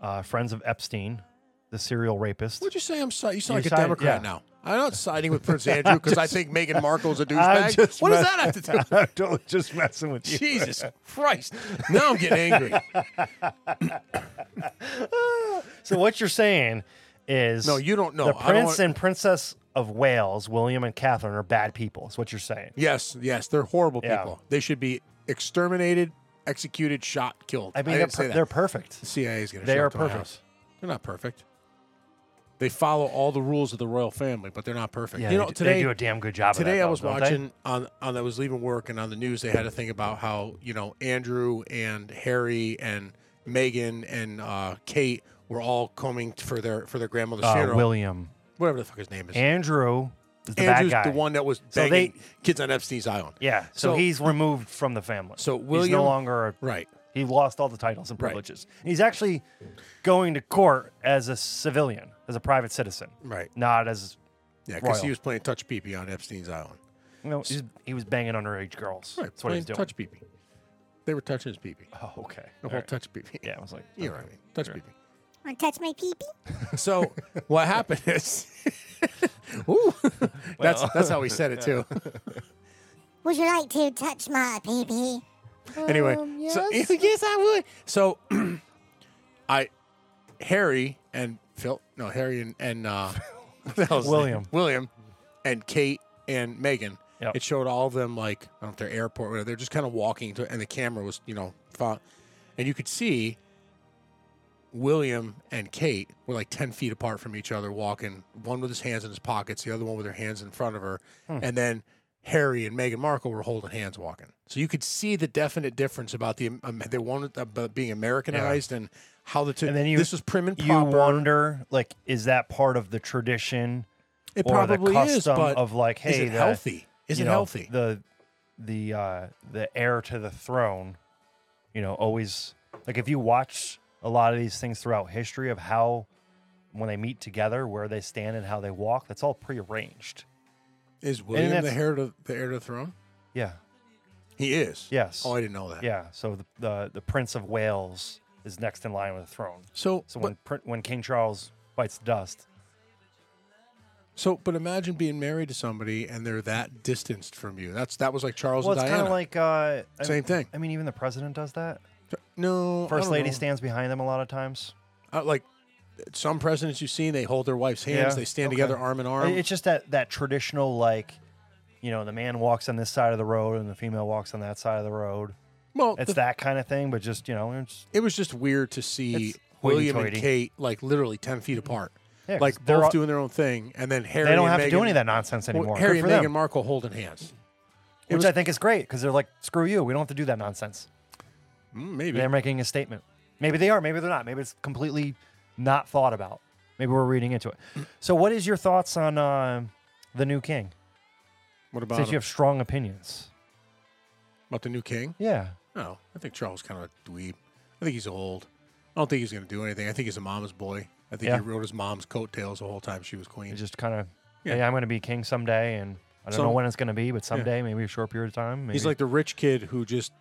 Speaker 1: uh, friends of Epstein, the serial rapist.
Speaker 2: What'd you say? I'm sorry. You sound
Speaker 1: You're
Speaker 2: like a
Speaker 1: side-
Speaker 2: Democrat
Speaker 1: yeah.
Speaker 2: now. I'm not siding with Prince Andrew because I think Meghan Markle's a
Speaker 1: (laughs) I'm
Speaker 2: douchebag.
Speaker 1: just
Speaker 2: What does
Speaker 1: mess-
Speaker 2: that have to do?
Speaker 1: (laughs)
Speaker 2: (laughs) with
Speaker 1: I'm totally just messing with you.
Speaker 2: Jesus Christ! Now I'm
Speaker 1: (laughs)
Speaker 2: getting angry.
Speaker 1: So what you're saying is
Speaker 2: No, you don't know.
Speaker 1: The
Speaker 2: I don't
Speaker 1: Prince
Speaker 2: wanna-
Speaker 1: and Princess of Wales, William and Catherine, are bad people. Is what you're saying.
Speaker 2: Yes, yes, they're horrible
Speaker 1: Yeah.
Speaker 2: people. They should be exterminated, executed, shot, killed.
Speaker 1: I mean,
Speaker 2: didn't
Speaker 1: they're,
Speaker 2: say
Speaker 1: per-
Speaker 2: that.
Speaker 1: they're perfect.
Speaker 2: The CIA is going to.
Speaker 1: They
Speaker 2: show
Speaker 1: are
Speaker 2: up to my
Speaker 1: perfect.
Speaker 2: house. They're not perfect. They follow all the rules of the royal family, but they're not perfect.
Speaker 1: Yeah,
Speaker 2: you
Speaker 1: they
Speaker 2: know,
Speaker 1: do-
Speaker 2: today
Speaker 1: they do a damn good job. of that,
Speaker 2: Today I
Speaker 1: though,
Speaker 2: was
Speaker 1: don't they?
Speaker 2: watching on on I was leaving work and on the news they had a thing about how you know Andrew and Harry and Megan and uh, Kate were all coming t- for their for their grandmother's
Speaker 1: Uh,
Speaker 2: funeral,
Speaker 1: William
Speaker 2: whatever the fuck his name is.
Speaker 1: Andrew is the
Speaker 2: Andrew's
Speaker 1: bad guy.
Speaker 2: the one that was
Speaker 1: So
Speaker 2: banging
Speaker 1: they-
Speaker 2: kids on Epstein's island.
Speaker 1: Yeah, so,
Speaker 2: So-
Speaker 1: he's removed from the family.
Speaker 2: So
Speaker 1: he's
Speaker 2: William-
Speaker 1: no longer a
Speaker 2: Right.
Speaker 1: He lost all the titles and
Speaker 2: Right.
Speaker 1: privileges. And He's actually going to court as a civilian, as a private citizen,
Speaker 2: Right.
Speaker 1: not as
Speaker 2: Yeah, because
Speaker 1: Royal.
Speaker 2: he was playing touch pee pee on Epstein's island.
Speaker 1: you know, he's, he was banging underage girls.
Speaker 2: Right.
Speaker 1: That's what he
Speaker 2: playing
Speaker 1: was doing.
Speaker 2: touch pee pee. They were touching his pee pee.
Speaker 1: Oh, okay.
Speaker 2: The
Speaker 1: All
Speaker 2: whole
Speaker 1: right.
Speaker 2: touch pee pee.
Speaker 1: Yeah, I was like,
Speaker 2: (laughs) You know what I mean? Touch pee pee.
Speaker 10: Want to touch my pee
Speaker 2: So what happened
Speaker 1: (laughs)
Speaker 2: is, (laughs) Ooh. that's
Speaker 1: Well.
Speaker 2: that's how he said
Speaker 1: (laughs)
Speaker 2: it too.
Speaker 10: Would you like to touch my pee pee?
Speaker 2: anyway, so (laughs) yes, I would. So (clears throat) I Harry and Phil, no Harry and and
Speaker 1: (laughs)
Speaker 2: uh, (laughs) what the hell's his name?
Speaker 1: William.
Speaker 2: William, and Kate and Megan.
Speaker 1: Yep.
Speaker 2: It showed all of them like I don't know if they're airport, whatever. They're just kind of walking to, and the camera was you know, fo- and you could see William and Kate were like ten feet apart from each other, walking. One with his hands in his pockets, the other one with her hands in front of her,
Speaker 1: Hmm.
Speaker 2: and then Harry and Meghan Markle were holding hands walking. So you could see the definite difference about the um, they wanted about being Americanized and how the two.
Speaker 1: And then you
Speaker 2: this is prim and
Speaker 1: you
Speaker 2: proper.
Speaker 1: wonder like is that part of the tradition
Speaker 2: It
Speaker 1: or the
Speaker 2: probably
Speaker 1: custom
Speaker 2: is, but
Speaker 1: of like hey
Speaker 2: is it
Speaker 1: the-
Speaker 2: healthy? Is
Speaker 1: you
Speaker 2: it
Speaker 1: know,
Speaker 2: healthy?
Speaker 1: the the uh the heir to the throne you know always like if you watch a lot of these things throughout history of how when they meet together where they stand and how they walk that's all prearranged
Speaker 2: Is William the
Speaker 1: that's-
Speaker 2: heir to the heir to the throne?
Speaker 1: yeah
Speaker 2: He is.
Speaker 1: yes
Speaker 2: Oh, I didn't know that.
Speaker 1: yeah so the, the the prince of wales is next in line with the throne
Speaker 2: So,
Speaker 1: so
Speaker 2: but,
Speaker 1: when when when king charles bites the dust
Speaker 2: so, but imagine being married to somebody and they're that distanced from you. That's that was like Charles
Speaker 1: well
Speaker 2: and
Speaker 1: it's
Speaker 2: Diana.
Speaker 1: kind of like uh I-
Speaker 2: Same thing.
Speaker 1: i mean even the president does that
Speaker 2: no, I
Speaker 1: First
Speaker 2: don't
Speaker 1: lady
Speaker 2: know.
Speaker 1: stands behind them a lot of times.
Speaker 2: Uh, like some presidents you've seen, they hold their wife's
Speaker 1: Yeah,
Speaker 2: hands, they stand
Speaker 1: okay.
Speaker 2: together arm in arm.
Speaker 1: It's just that that traditional like, you know, the man walks on this side of the road and the female walks on that side of the road.
Speaker 2: well,
Speaker 1: It's
Speaker 2: the-
Speaker 1: that kind of thing, but just you know, it's
Speaker 2: it was just weird to see
Speaker 1: It's
Speaker 2: William and
Speaker 1: hoity-toity. Mm-hmm.
Speaker 2: Kate like literally ten feet apart,
Speaker 1: Yeah, 'cause
Speaker 2: like
Speaker 1: they're
Speaker 2: both
Speaker 1: all-
Speaker 2: doing their own thing, and then Harry.
Speaker 1: they don't
Speaker 2: and
Speaker 1: have to do
Speaker 2: Meghan-
Speaker 1: any of that nonsense
Speaker 2: Well,
Speaker 1: anymore. Good
Speaker 2: Harry
Speaker 1: for
Speaker 2: and Meghan
Speaker 1: them,
Speaker 2: Markle holding hands. it
Speaker 1: which
Speaker 2: was-
Speaker 1: I think is great because they're like, screw you, we don't have to do that nonsense.
Speaker 2: Mm, maybe
Speaker 1: They're making a statement. Maybe they are. Maybe they're not. Maybe it's completely not thought about. Maybe we're reading into it.
Speaker 2: (clears throat)
Speaker 1: So, what is your thoughts on uh, the new king?
Speaker 2: What about
Speaker 1: Since you
Speaker 2: him?
Speaker 1: have strong opinions,
Speaker 2: about the new king?
Speaker 1: yeah.
Speaker 2: No, I think Charles kind of a dweeb. I think he's old. I don't think he's going to do anything. I think he's a mama's boy. I think
Speaker 1: Yeah.
Speaker 2: he rode his mom's coattails the whole time she was queen.
Speaker 1: It just kind of,
Speaker 2: Yeah.
Speaker 1: hey, I'm going to be king someday, and I don't know
Speaker 2: Some-
Speaker 1: when it's going to be, but someday, maybe a short period of time. Maybe.
Speaker 2: He's like the rich kid who just,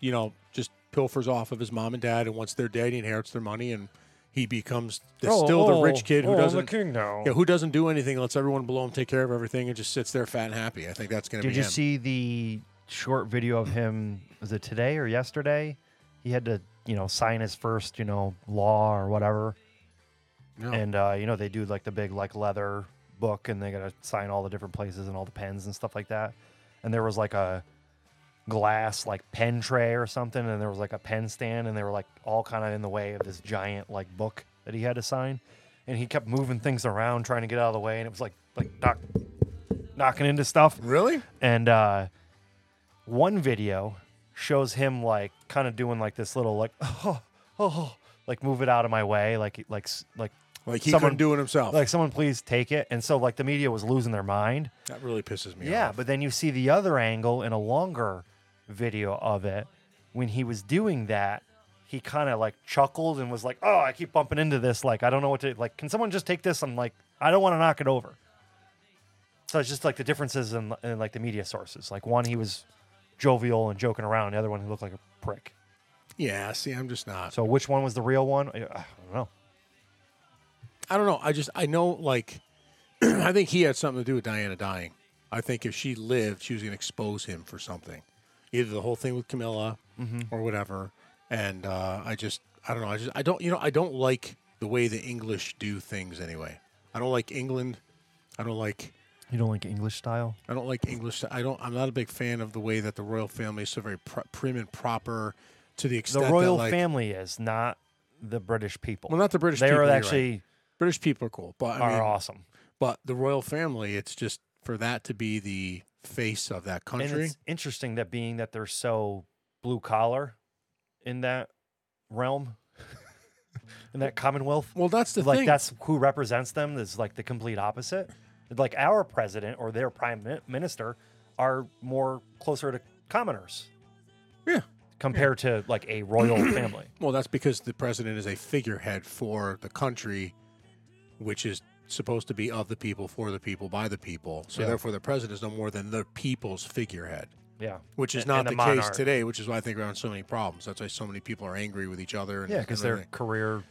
Speaker 2: you know, just pilfers off of his mom and dad, and once they're dead, he inherits their money, and he becomes the,
Speaker 1: Oh,
Speaker 2: still the
Speaker 1: oh,
Speaker 2: rich kid who
Speaker 1: oh, I'm the
Speaker 2: doesn't
Speaker 1: king now.
Speaker 2: Yeah, who doesn't do anything, lets everyone below him take care of everything, and just sits there fat and happy. I think that's going to
Speaker 1: Did
Speaker 2: be
Speaker 1: you
Speaker 2: him.
Speaker 1: see the short video of him? Was it today or yesterday? He had to, you know, sign his first, you know, law or whatever.
Speaker 2: No.
Speaker 1: And uh, you know, they do like the big like leather book, and they got to sign all the different places and all the pens and stuff like that. And there was like a glass like pen tray or something, and there was like a pen stand, and they were like all kind of in the way of this giant like book that he had to sign. And he kept moving things around, trying to get out of the way, and it was like like knock, knocking into stuff.
Speaker 2: really?
Speaker 1: And uh, one video shows him like kind of doing like this little like (laughs) oh, oh like move it out of my way like like s- like
Speaker 2: Like he
Speaker 1: Someone-
Speaker 2: couldn't do it himself.
Speaker 1: like someone please take it. And so like the media was losing their mind.
Speaker 2: that really pisses me
Speaker 1: Yeah,
Speaker 2: off.
Speaker 1: but then you see the other angle in a longer video of it when he was doing that. He kind of like chuckled and was like, "Oh, I keep bumping into this. Like, I don't know what to like. Can someone just take this?" I'm like, "I don't want to knock it over." So it's just like the differences in, in like the media sources. Like one, he was jovial and joking around. The other one, he looked like a prick.
Speaker 2: Yeah, see, I'm just not.
Speaker 1: So which one was the real one? I I don't know.
Speaker 2: I don't know. I just I know like (clears throat) I think he had something to do with Diana dying. I think if she lived, she was going to expose him for something, either the whole thing with Camilla
Speaker 1: Mm-hmm.
Speaker 2: or whatever. And uh, I just I don't know. I just I don't you know I don't like the way the English do things anyway. I don't like England. I don't like
Speaker 1: You don't like English style?
Speaker 2: I don't like English. I don't. I'm not a big fan of the way that the royal family is so very pr- prim and proper to the
Speaker 1: The
Speaker 2: extent
Speaker 1: royal
Speaker 2: that, like,
Speaker 1: family is not the British people.
Speaker 2: Well, not the British
Speaker 1: They
Speaker 2: people,
Speaker 1: are
Speaker 2: you're right.
Speaker 1: actually
Speaker 2: British people are cool, but I
Speaker 1: are
Speaker 2: mean,
Speaker 1: awesome.
Speaker 2: But the royal family, it's just for that to be the face of that
Speaker 1: And
Speaker 2: country.
Speaker 1: it's interesting that being that they're so blue collar in that realm, (laughs) in that commonwealth,
Speaker 2: Well, that's the
Speaker 1: like
Speaker 2: thing.
Speaker 1: that's who represents them is like the complete opposite. Like our president or their prime mi- minister are more closer to commoners
Speaker 2: yeah.
Speaker 1: compared to like a
Speaker 2: (clears throat)
Speaker 1: royal family.
Speaker 2: Well, that's because the president is a figurehead for the country, which is supposed to be of the people, for the people, by the people. So
Speaker 1: Yeah.
Speaker 2: therefore, the president is no more than the people's figurehead,
Speaker 1: Yeah.
Speaker 2: which is
Speaker 1: A-
Speaker 2: not
Speaker 1: and
Speaker 2: the,
Speaker 1: the
Speaker 2: case
Speaker 1: monarch.
Speaker 2: today. Which is why I think we're having so many problems. That's why so many people are angry with each other. And,
Speaker 1: Yeah, because
Speaker 2: and
Speaker 1: they're
Speaker 2: everything.
Speaker 1: career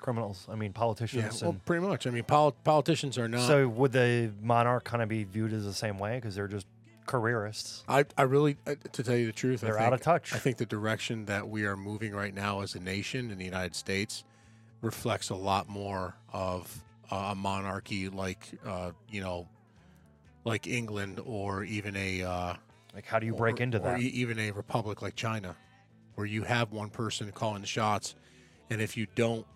Speaker 1: criminals. I mean,
Speaker 2: yeah,
Speaker 1: politicians.
Speaker 2: well,
Speaker 1: and
Speaker 2: pretty much. I mean, pol- politicians are not.
Speaker 1: so would the monarch kind of be viewed as the same way because they're just careerists?
Speaker 2: I, I really, uh, to tell you the truth, I
Speaker 1: They're out
Speaker 2: think-
Speaker 1: of touch.
Speaker 2: I think the direction that we are moving right now as a nation in the United States reflects a lot more of uh, a monarchy like, uh, you know, like England or even a. Uh,
Speaker 1: Like, how do you break
Speaker 2: or-
Speaker 1: into
Speaker 2: or
Speaker 1: that?
Speaker 2: e- even a republic like China, where you have one person calling the shots, and if you don't,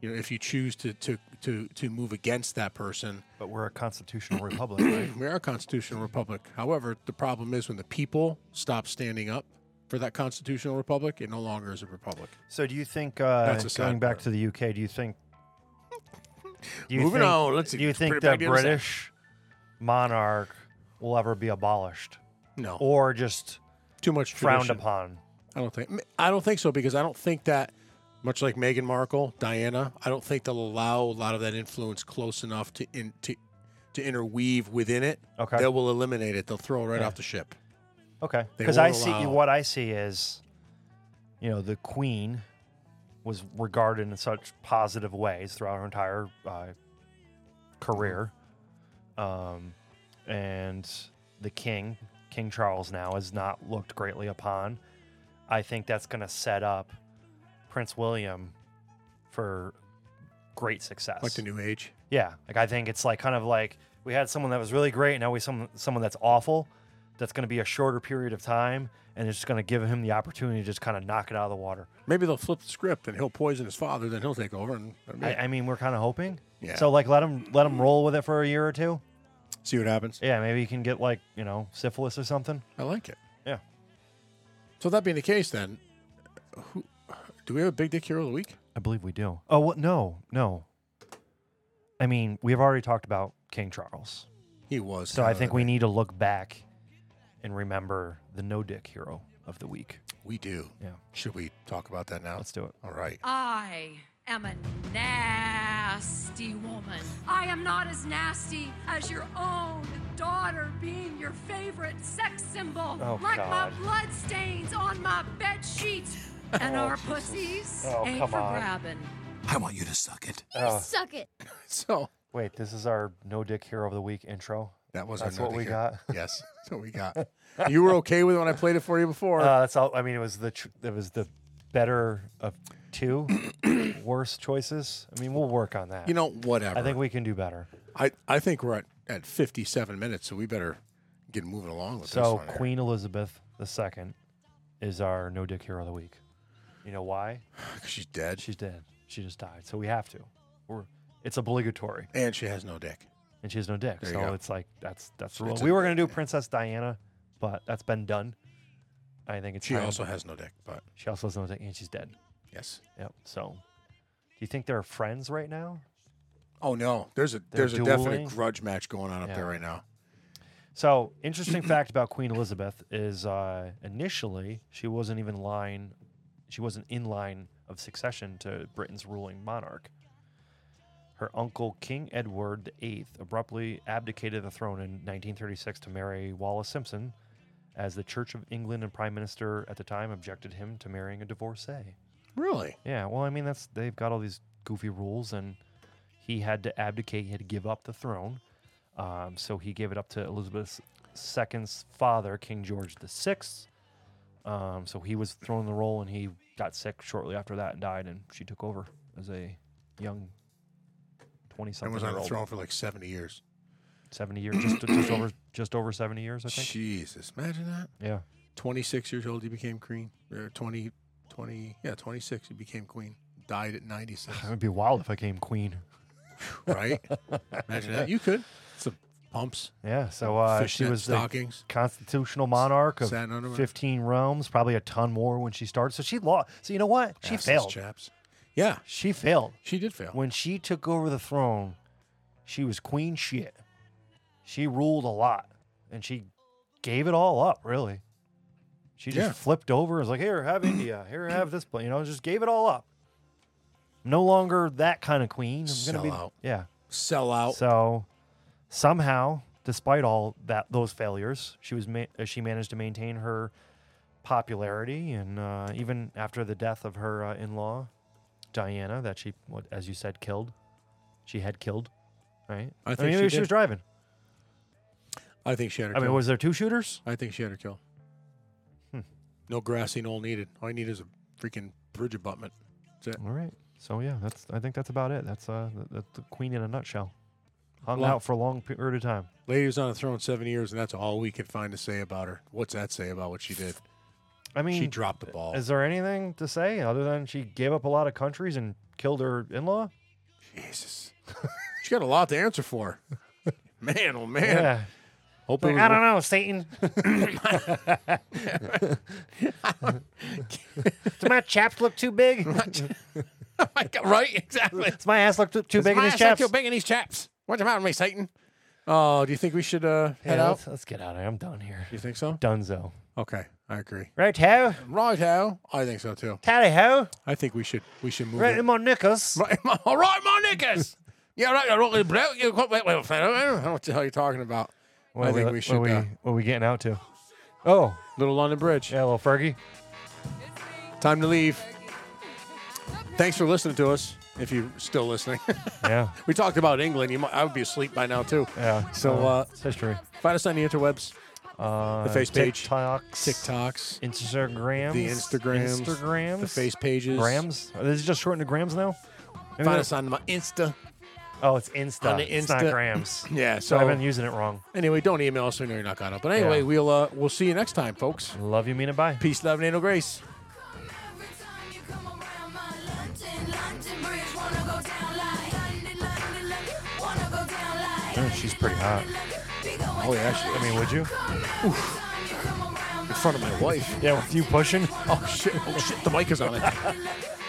Speaker 2: you know, if you choose to, to, to, to move against that person,
Speaker 1: But we're a constitutional
Speaker 2: (clears throat)
Speaker 1: republic, right?
Speaker 2: we are a constitutional republic. However, the problem is when the people stop standing up for that constitutional republic, it no longer is a republic.
Speaker 1: So do you think uh,
Speaker 2: That's a sad
Speaker 1: going back
Speaker 2: part.
Speaker 1: to the UK? Do you
Speaker 2: (laughs)
Speaker 1: think? Do you
Speaker 2: Moving
Speaker 1: think,
Speaker 2: on, let's-
Speaker 1: do you
Speaker 2: let's put
Speaker 1: think
Speaker 2: it
Speaker 1: the
Speaker 2: back to the other side.
Speaker 1: British monarch will ever be abolished,
Speaker 2: No,
Speaker 1: or just
Speaker 2: too much
Speaker 1: frowned
Speaker 2: tradition.
Speaker 1: upon?
Speaker 2: I don't think. I don't think so because I don't think that much like Meghan Markle, Diana. I don't think they'll allow a lot of that influence close enough to in, to to interweave within it.
Speaker 1: Okay.
Speaker 2: They will eliminate it. They'll throw it right
Speaker 1: Yeah.
Speaker 2: off the ship.
Speaker 1: Okay,
Speaker 2: They
Speaker 1: because I
Speaker 2: won't
Speaker 1: see
Speaker 2: allow-
Speaker 1: what I see is, you know, the Queen was regarded in such positive ways throughout her entire uh, career, um, and the King, King Charles, now is not looked greatly upon. I think that's going to set up Prince William for great success.
Speaker 2: Like the new age.
Speaker 1: Yeah, like I think it's like kind of like we had someone that was really great, and now we some someone that's awful. That's going to be a shorter period of time, and it's just going to give him the opportunity to just kind of knock it out of the water.
Speaker 2: Maybe they'll flip the script and he'll poison his father. Then he'll take over and that'll be it.
Speaker 1: I, I mean, we're kind of hoping.
Speaker 2: Yeah.
Speaker 1: So like, let him let him roll with it for a year or two.
Speaker 2: see what happens.
Speaker 1: Yeah, maybe he can get like you know syphilis or something.
Speaker 2: I like it.
Speaker 1: Yeah.
Speaker 2: So that being the case, then, who do we have a big dick hero of the week?
Speaker 1: I believe we do. Oh what? No, no. I mean, we've already talked about King Charles,
Speaker 2: He was.
Speaker 1: so I think we need to look back and remember the no dick hero of the week.
Speaker 2: we do.
Speaker 1: Yeah.
Speaker 2: Should we talk about that now?
Speaker 1: Let's do it.
Speaker 2: All right.
Speaker 6: Uh,
Speaker 11: I am a nasty woman. I am not as nasty as your own daughter being your favorite sex symbol.
Speaker 1: Oh,
Speaker 11: like
Speaker 1: God.
Speaker 11: my blood stains on my bed sheets.
Speaker 1: (laughs)
Speaker 11: And
Speaker 1: Oh,
Speaker 11: our
Speaker 1: Jesus.
Speaker 11: pussies
Speaker 1: Oh,
Speaker 11: ain't
Speaker 1: come
Speaker 11: for
Speaker 1: on.
Speaker 11: grabbing.
Speaker 6: I want you to suck it.
Speaker 1: Oh.
Speaker 10: Suck it.
Speaker 2: (laughs) So
Speaker 1: Wait, this is our no dick hero of the week intro.
Speaker 2: that was
Speaker 1: That's
Speaker 2: our
Speaker 1: what
Speaker 2: nothing
Speaker 1: we
Speaker 2: here.
Speaker 1: got.
Speaker 2: Yes, that's what
Speaker 1: (laughs)
Speaker 2: we got. you were okay with it when I played it for you before.
Speaker 1: Uh, that's all. I mean, it was the tr- it was the better of
Speaker 2: (coughs)
Speaker 1: two worst choices. I mean, we'll work on that.
Speaker 2: you know, whatever.
Speaker 1: I think we can do better.
Speaker 2: I, I think we're at, at 57 minutes, so we better get moving along with this
Speaker 1: So
Speaker 2: one. here.
Speaker 1: Queen Elizabeth II is our no dick hero of the week. You know why?
Speaker 2: 'Cause she's dead,
Speaker 1: She's dead. She just died. So we have to. We're it's obligatory,
Speaker 2: and she has no dick.
Speaker 1: and she has no dick.
Speaker 2: There you
Speaker 1: so
Speaker 2: go.
Speaker 1: it's like that's that's the
Speaker 2: So
Speaker 1: rule.
Speaker 2: it's a-
Speaker 1: We were gonna do Princess Diana, but that's been done. I think it's
Speaker 2: She
Speaker 1: time-
Speaker 2: also has no dick, but
Speaker 1: she also has no dick, and she's dead.
Speaker 2: yes.
Speaker 1: Yep. So, do you think they're friends right now?
Speaker 2: Oh no, there's a
Speaker 1: They're
Speaker 2: there's a definite
Speaker 1: dueling?
Speaker 2: grudge match going on up
Speaker 1: Yeah.
Speaker 2: there right now.
Speaker 1: So, interesting fact about Queen Elizabeth is uh, initially she wasn't even line, she wasn't in line of succession to Britain's ruling monarch. Her uncle King Edward VIII abruptly abdicated the throne in 1936 to marry Wallace Simpson, as the Church of England and Prime Minister at the time objected him to marrying a divorcee.
Speaker 2: Really?
Speaker 1: Yeah, well, I mean, that's they've got all these goofy rules, and he had to abdicate. He had to give up the throne. Um, so he gave it up to Elizabeth II's father, King George VI. Um, so he was thrown the role, and he got sick shortly after that and died, and she took over as a young
Speaker 2: And
Speaker 1: twenty-something
Speaker 2: was on
Speaker 1: year
Speaker 2: the
Speaker 1: old,
Speaker 2: throne for like 70 years.
Speaker 1: seventy years, just, just over, just over seventy years, I think.
Speaker 2: Jesus, imagine that.
Speaker 1: yeah,
Speaker 2: 26 years old, he became queen. Or 20, 20, yeah, 26, he became queen. Died at (laughs) 96.
Speaker 1: it would be wild if I came queen.
Speaker 2: right? Imagine that. You could. Some pumps,
Speaker 1: Yeah, so uh, she
Speaker 2: fishnet
Speaker 1: was the
Speaker 2: stockings.
Speaker 1: constitutional monarch of
Speaker 2: satin underwear.
Speaker 1: 15 realms, probably a ton more when she started. So she lost. So you know what? She
Speaker 2: assless
Speaker 1: failed.
Speaker 2: Chaps. Yeah,
Speaker 1: She failed.
Speaker 2: she did fail.
Speaker 1: When she took over the throne, she was queen shit. She ruled a lot and she gave it all up, really. She just
Speaker 2: Yeah.
Speaker 1: flipped over and was like, here, have India. Here, have this place. You know, just gave it all up. No longer that kind of queen. I'm gonna be,
Speaker 2: Sellout.
Speaker 1: Yeah.
Speaker 2: Sell out.
Speaker 1: So somehow, despite all that those failures, she was ma- uh, she managed to maintain her popularity, and uh, even after the death of her uh, in-law Diana, that she, what, as you said, killed. She had killed, right?
Speaker 2: I think
Speaker 1: mean,
Speaker 2: she
Speaker 1: maybe
Speaker 2: did.
Speaker 1: was driving.
Speaker 2: I think she had her
Speaker 1: I
Speaker 2: kill.
Speaker 1: mean, was Hmm. there two shooters?
Speaker 2: I think she had her kill. No grassy knoll needed. All I need is a freaking bridge abutment.
Speaker 1: All right. So yeah, that's. I think that's about it. That's uh, th- that's the queen in a nutshell. Hung
Speaker 2: Well-
Speaker 1: out for a long period of time.
Speaker 2: Lady was on the throne seven years, and that's all we could find to say about her. What's that say about what she did?
Speaker 1: I mean,
Speaker 2: she dropped the ball.
Speaker 1: Is there anything to say other than she gave up a lot of countries and killed her in-law?
Speaker 2: (laughs) Jesus. she got a lot to answer for. Man, oh man. Hope
Speaker 1: Like,
Speaker 2: it was
Speaker 1: I don't know,
Speaker 2: (laughs)
Speaker 1: Satan. Do my chaps look too big?
Speaker 2: (laughs) My God, right? Exactly.
Speaker 1: Does my ass look too, too
Speaker 2: Is
Speaker 1: big in
Speaker 2: my
Speaker 1: these
Speaker 2: ass not
Speaker 1: chaps?
Speaker 2: Too big in these chaps. What's the matter with me, Satan? Oh, do you think we should uh, head
Speaker 1: Yeah,
Speaker 2: out?
Speaker 1: Let's, let's get out of here. I'm done here.
Speaker 2: You think so?
Speaker 1: Dunzo.
Speaker 2: Okay, I agree.
Speaker 1: Right ho,
Speaker 2: Right, how? I think so too.
Speaker 1: tally ho,
Speaker 2: I think we should we should move.
Speaker 1: right
Speaker 2: it.
Speaker 1: in my knickers.
Speaker 2: Right, all right, my knickers. (laughs) yeah, right. I don't really blow. You wait, wait, wait. I don't know what the hell you're talking about.
Speaker 1: What
Speaker 2: I
Speaker 1: are
Speaker 2: think
Speaker 1: what
Speaker 2: we
Speaker 1: are
Speaker 2: should.
Speaker 1: we-
Speaker 2: uh,
Speaker 1: what are we getting out to? Oh,
Speaker 2: Little London Bridge.
Speaker 1: yeah, little Fergie.
Speaker 2: Time to leave. Thanks for listening to us. If you're still listening, (laughs)
Speaker 1: Yeah,
Speaker 2: we talked about England. You might, I would be asleep by now too.
Speaker 1: yeah.
Speaker 2: So, uh,
Speaker 1: it's history.
Speaker 2: Find us on the interwebs,
Speaker 1: Uh,
Speaker 2: the face page.
Speaker 1: TikToks,
Speaker 2: TikToks,
Speaker 1: Instagrams,
Speaker 2: the Instagrams,
Speaker 1: Instagrams,
Speaker 2: the face pages.
Speaker 1: Grams. Are these just shortened to grams now? Maybe
Speaker 2: Find
Speaker 1: they're-
Speaker 2: us on my Insta.
Speaker 1: Oh, it's Insta.
Speaker 2: on the
Speaker 1: It's not
Speaker 2: Insta.
Speaker 1: grams.
Speaker 2: (clears throat) Yeah.
Speaker 1: So I've been
Speaker 2: So
Speaker 1: using it wrong.
Speaker 2: anyway, don't email us. We know you're not caught up. But anyway,
Speaker 1: Yeah.
Speaker 2: we'll uh, we'll see you next time, folks.
Speaker 1: Love you, mean it. Bye.
Speaker 2: Peace, love, and anal grace.
Speaker 11: Every time you come around my London, London Bridge, wanna go down like London, London, London, wanna go down like
Speaker 1: Mm, she's pretty hot.
Speaker 2: Oh yeah, actually,
Speaker 1: I mean, would you?
Speaker 2: in front of my wife.
Speaker 1: Yeah, with you pushing.
Speaker 2: Oh shit! Oh shit! The mic is on it.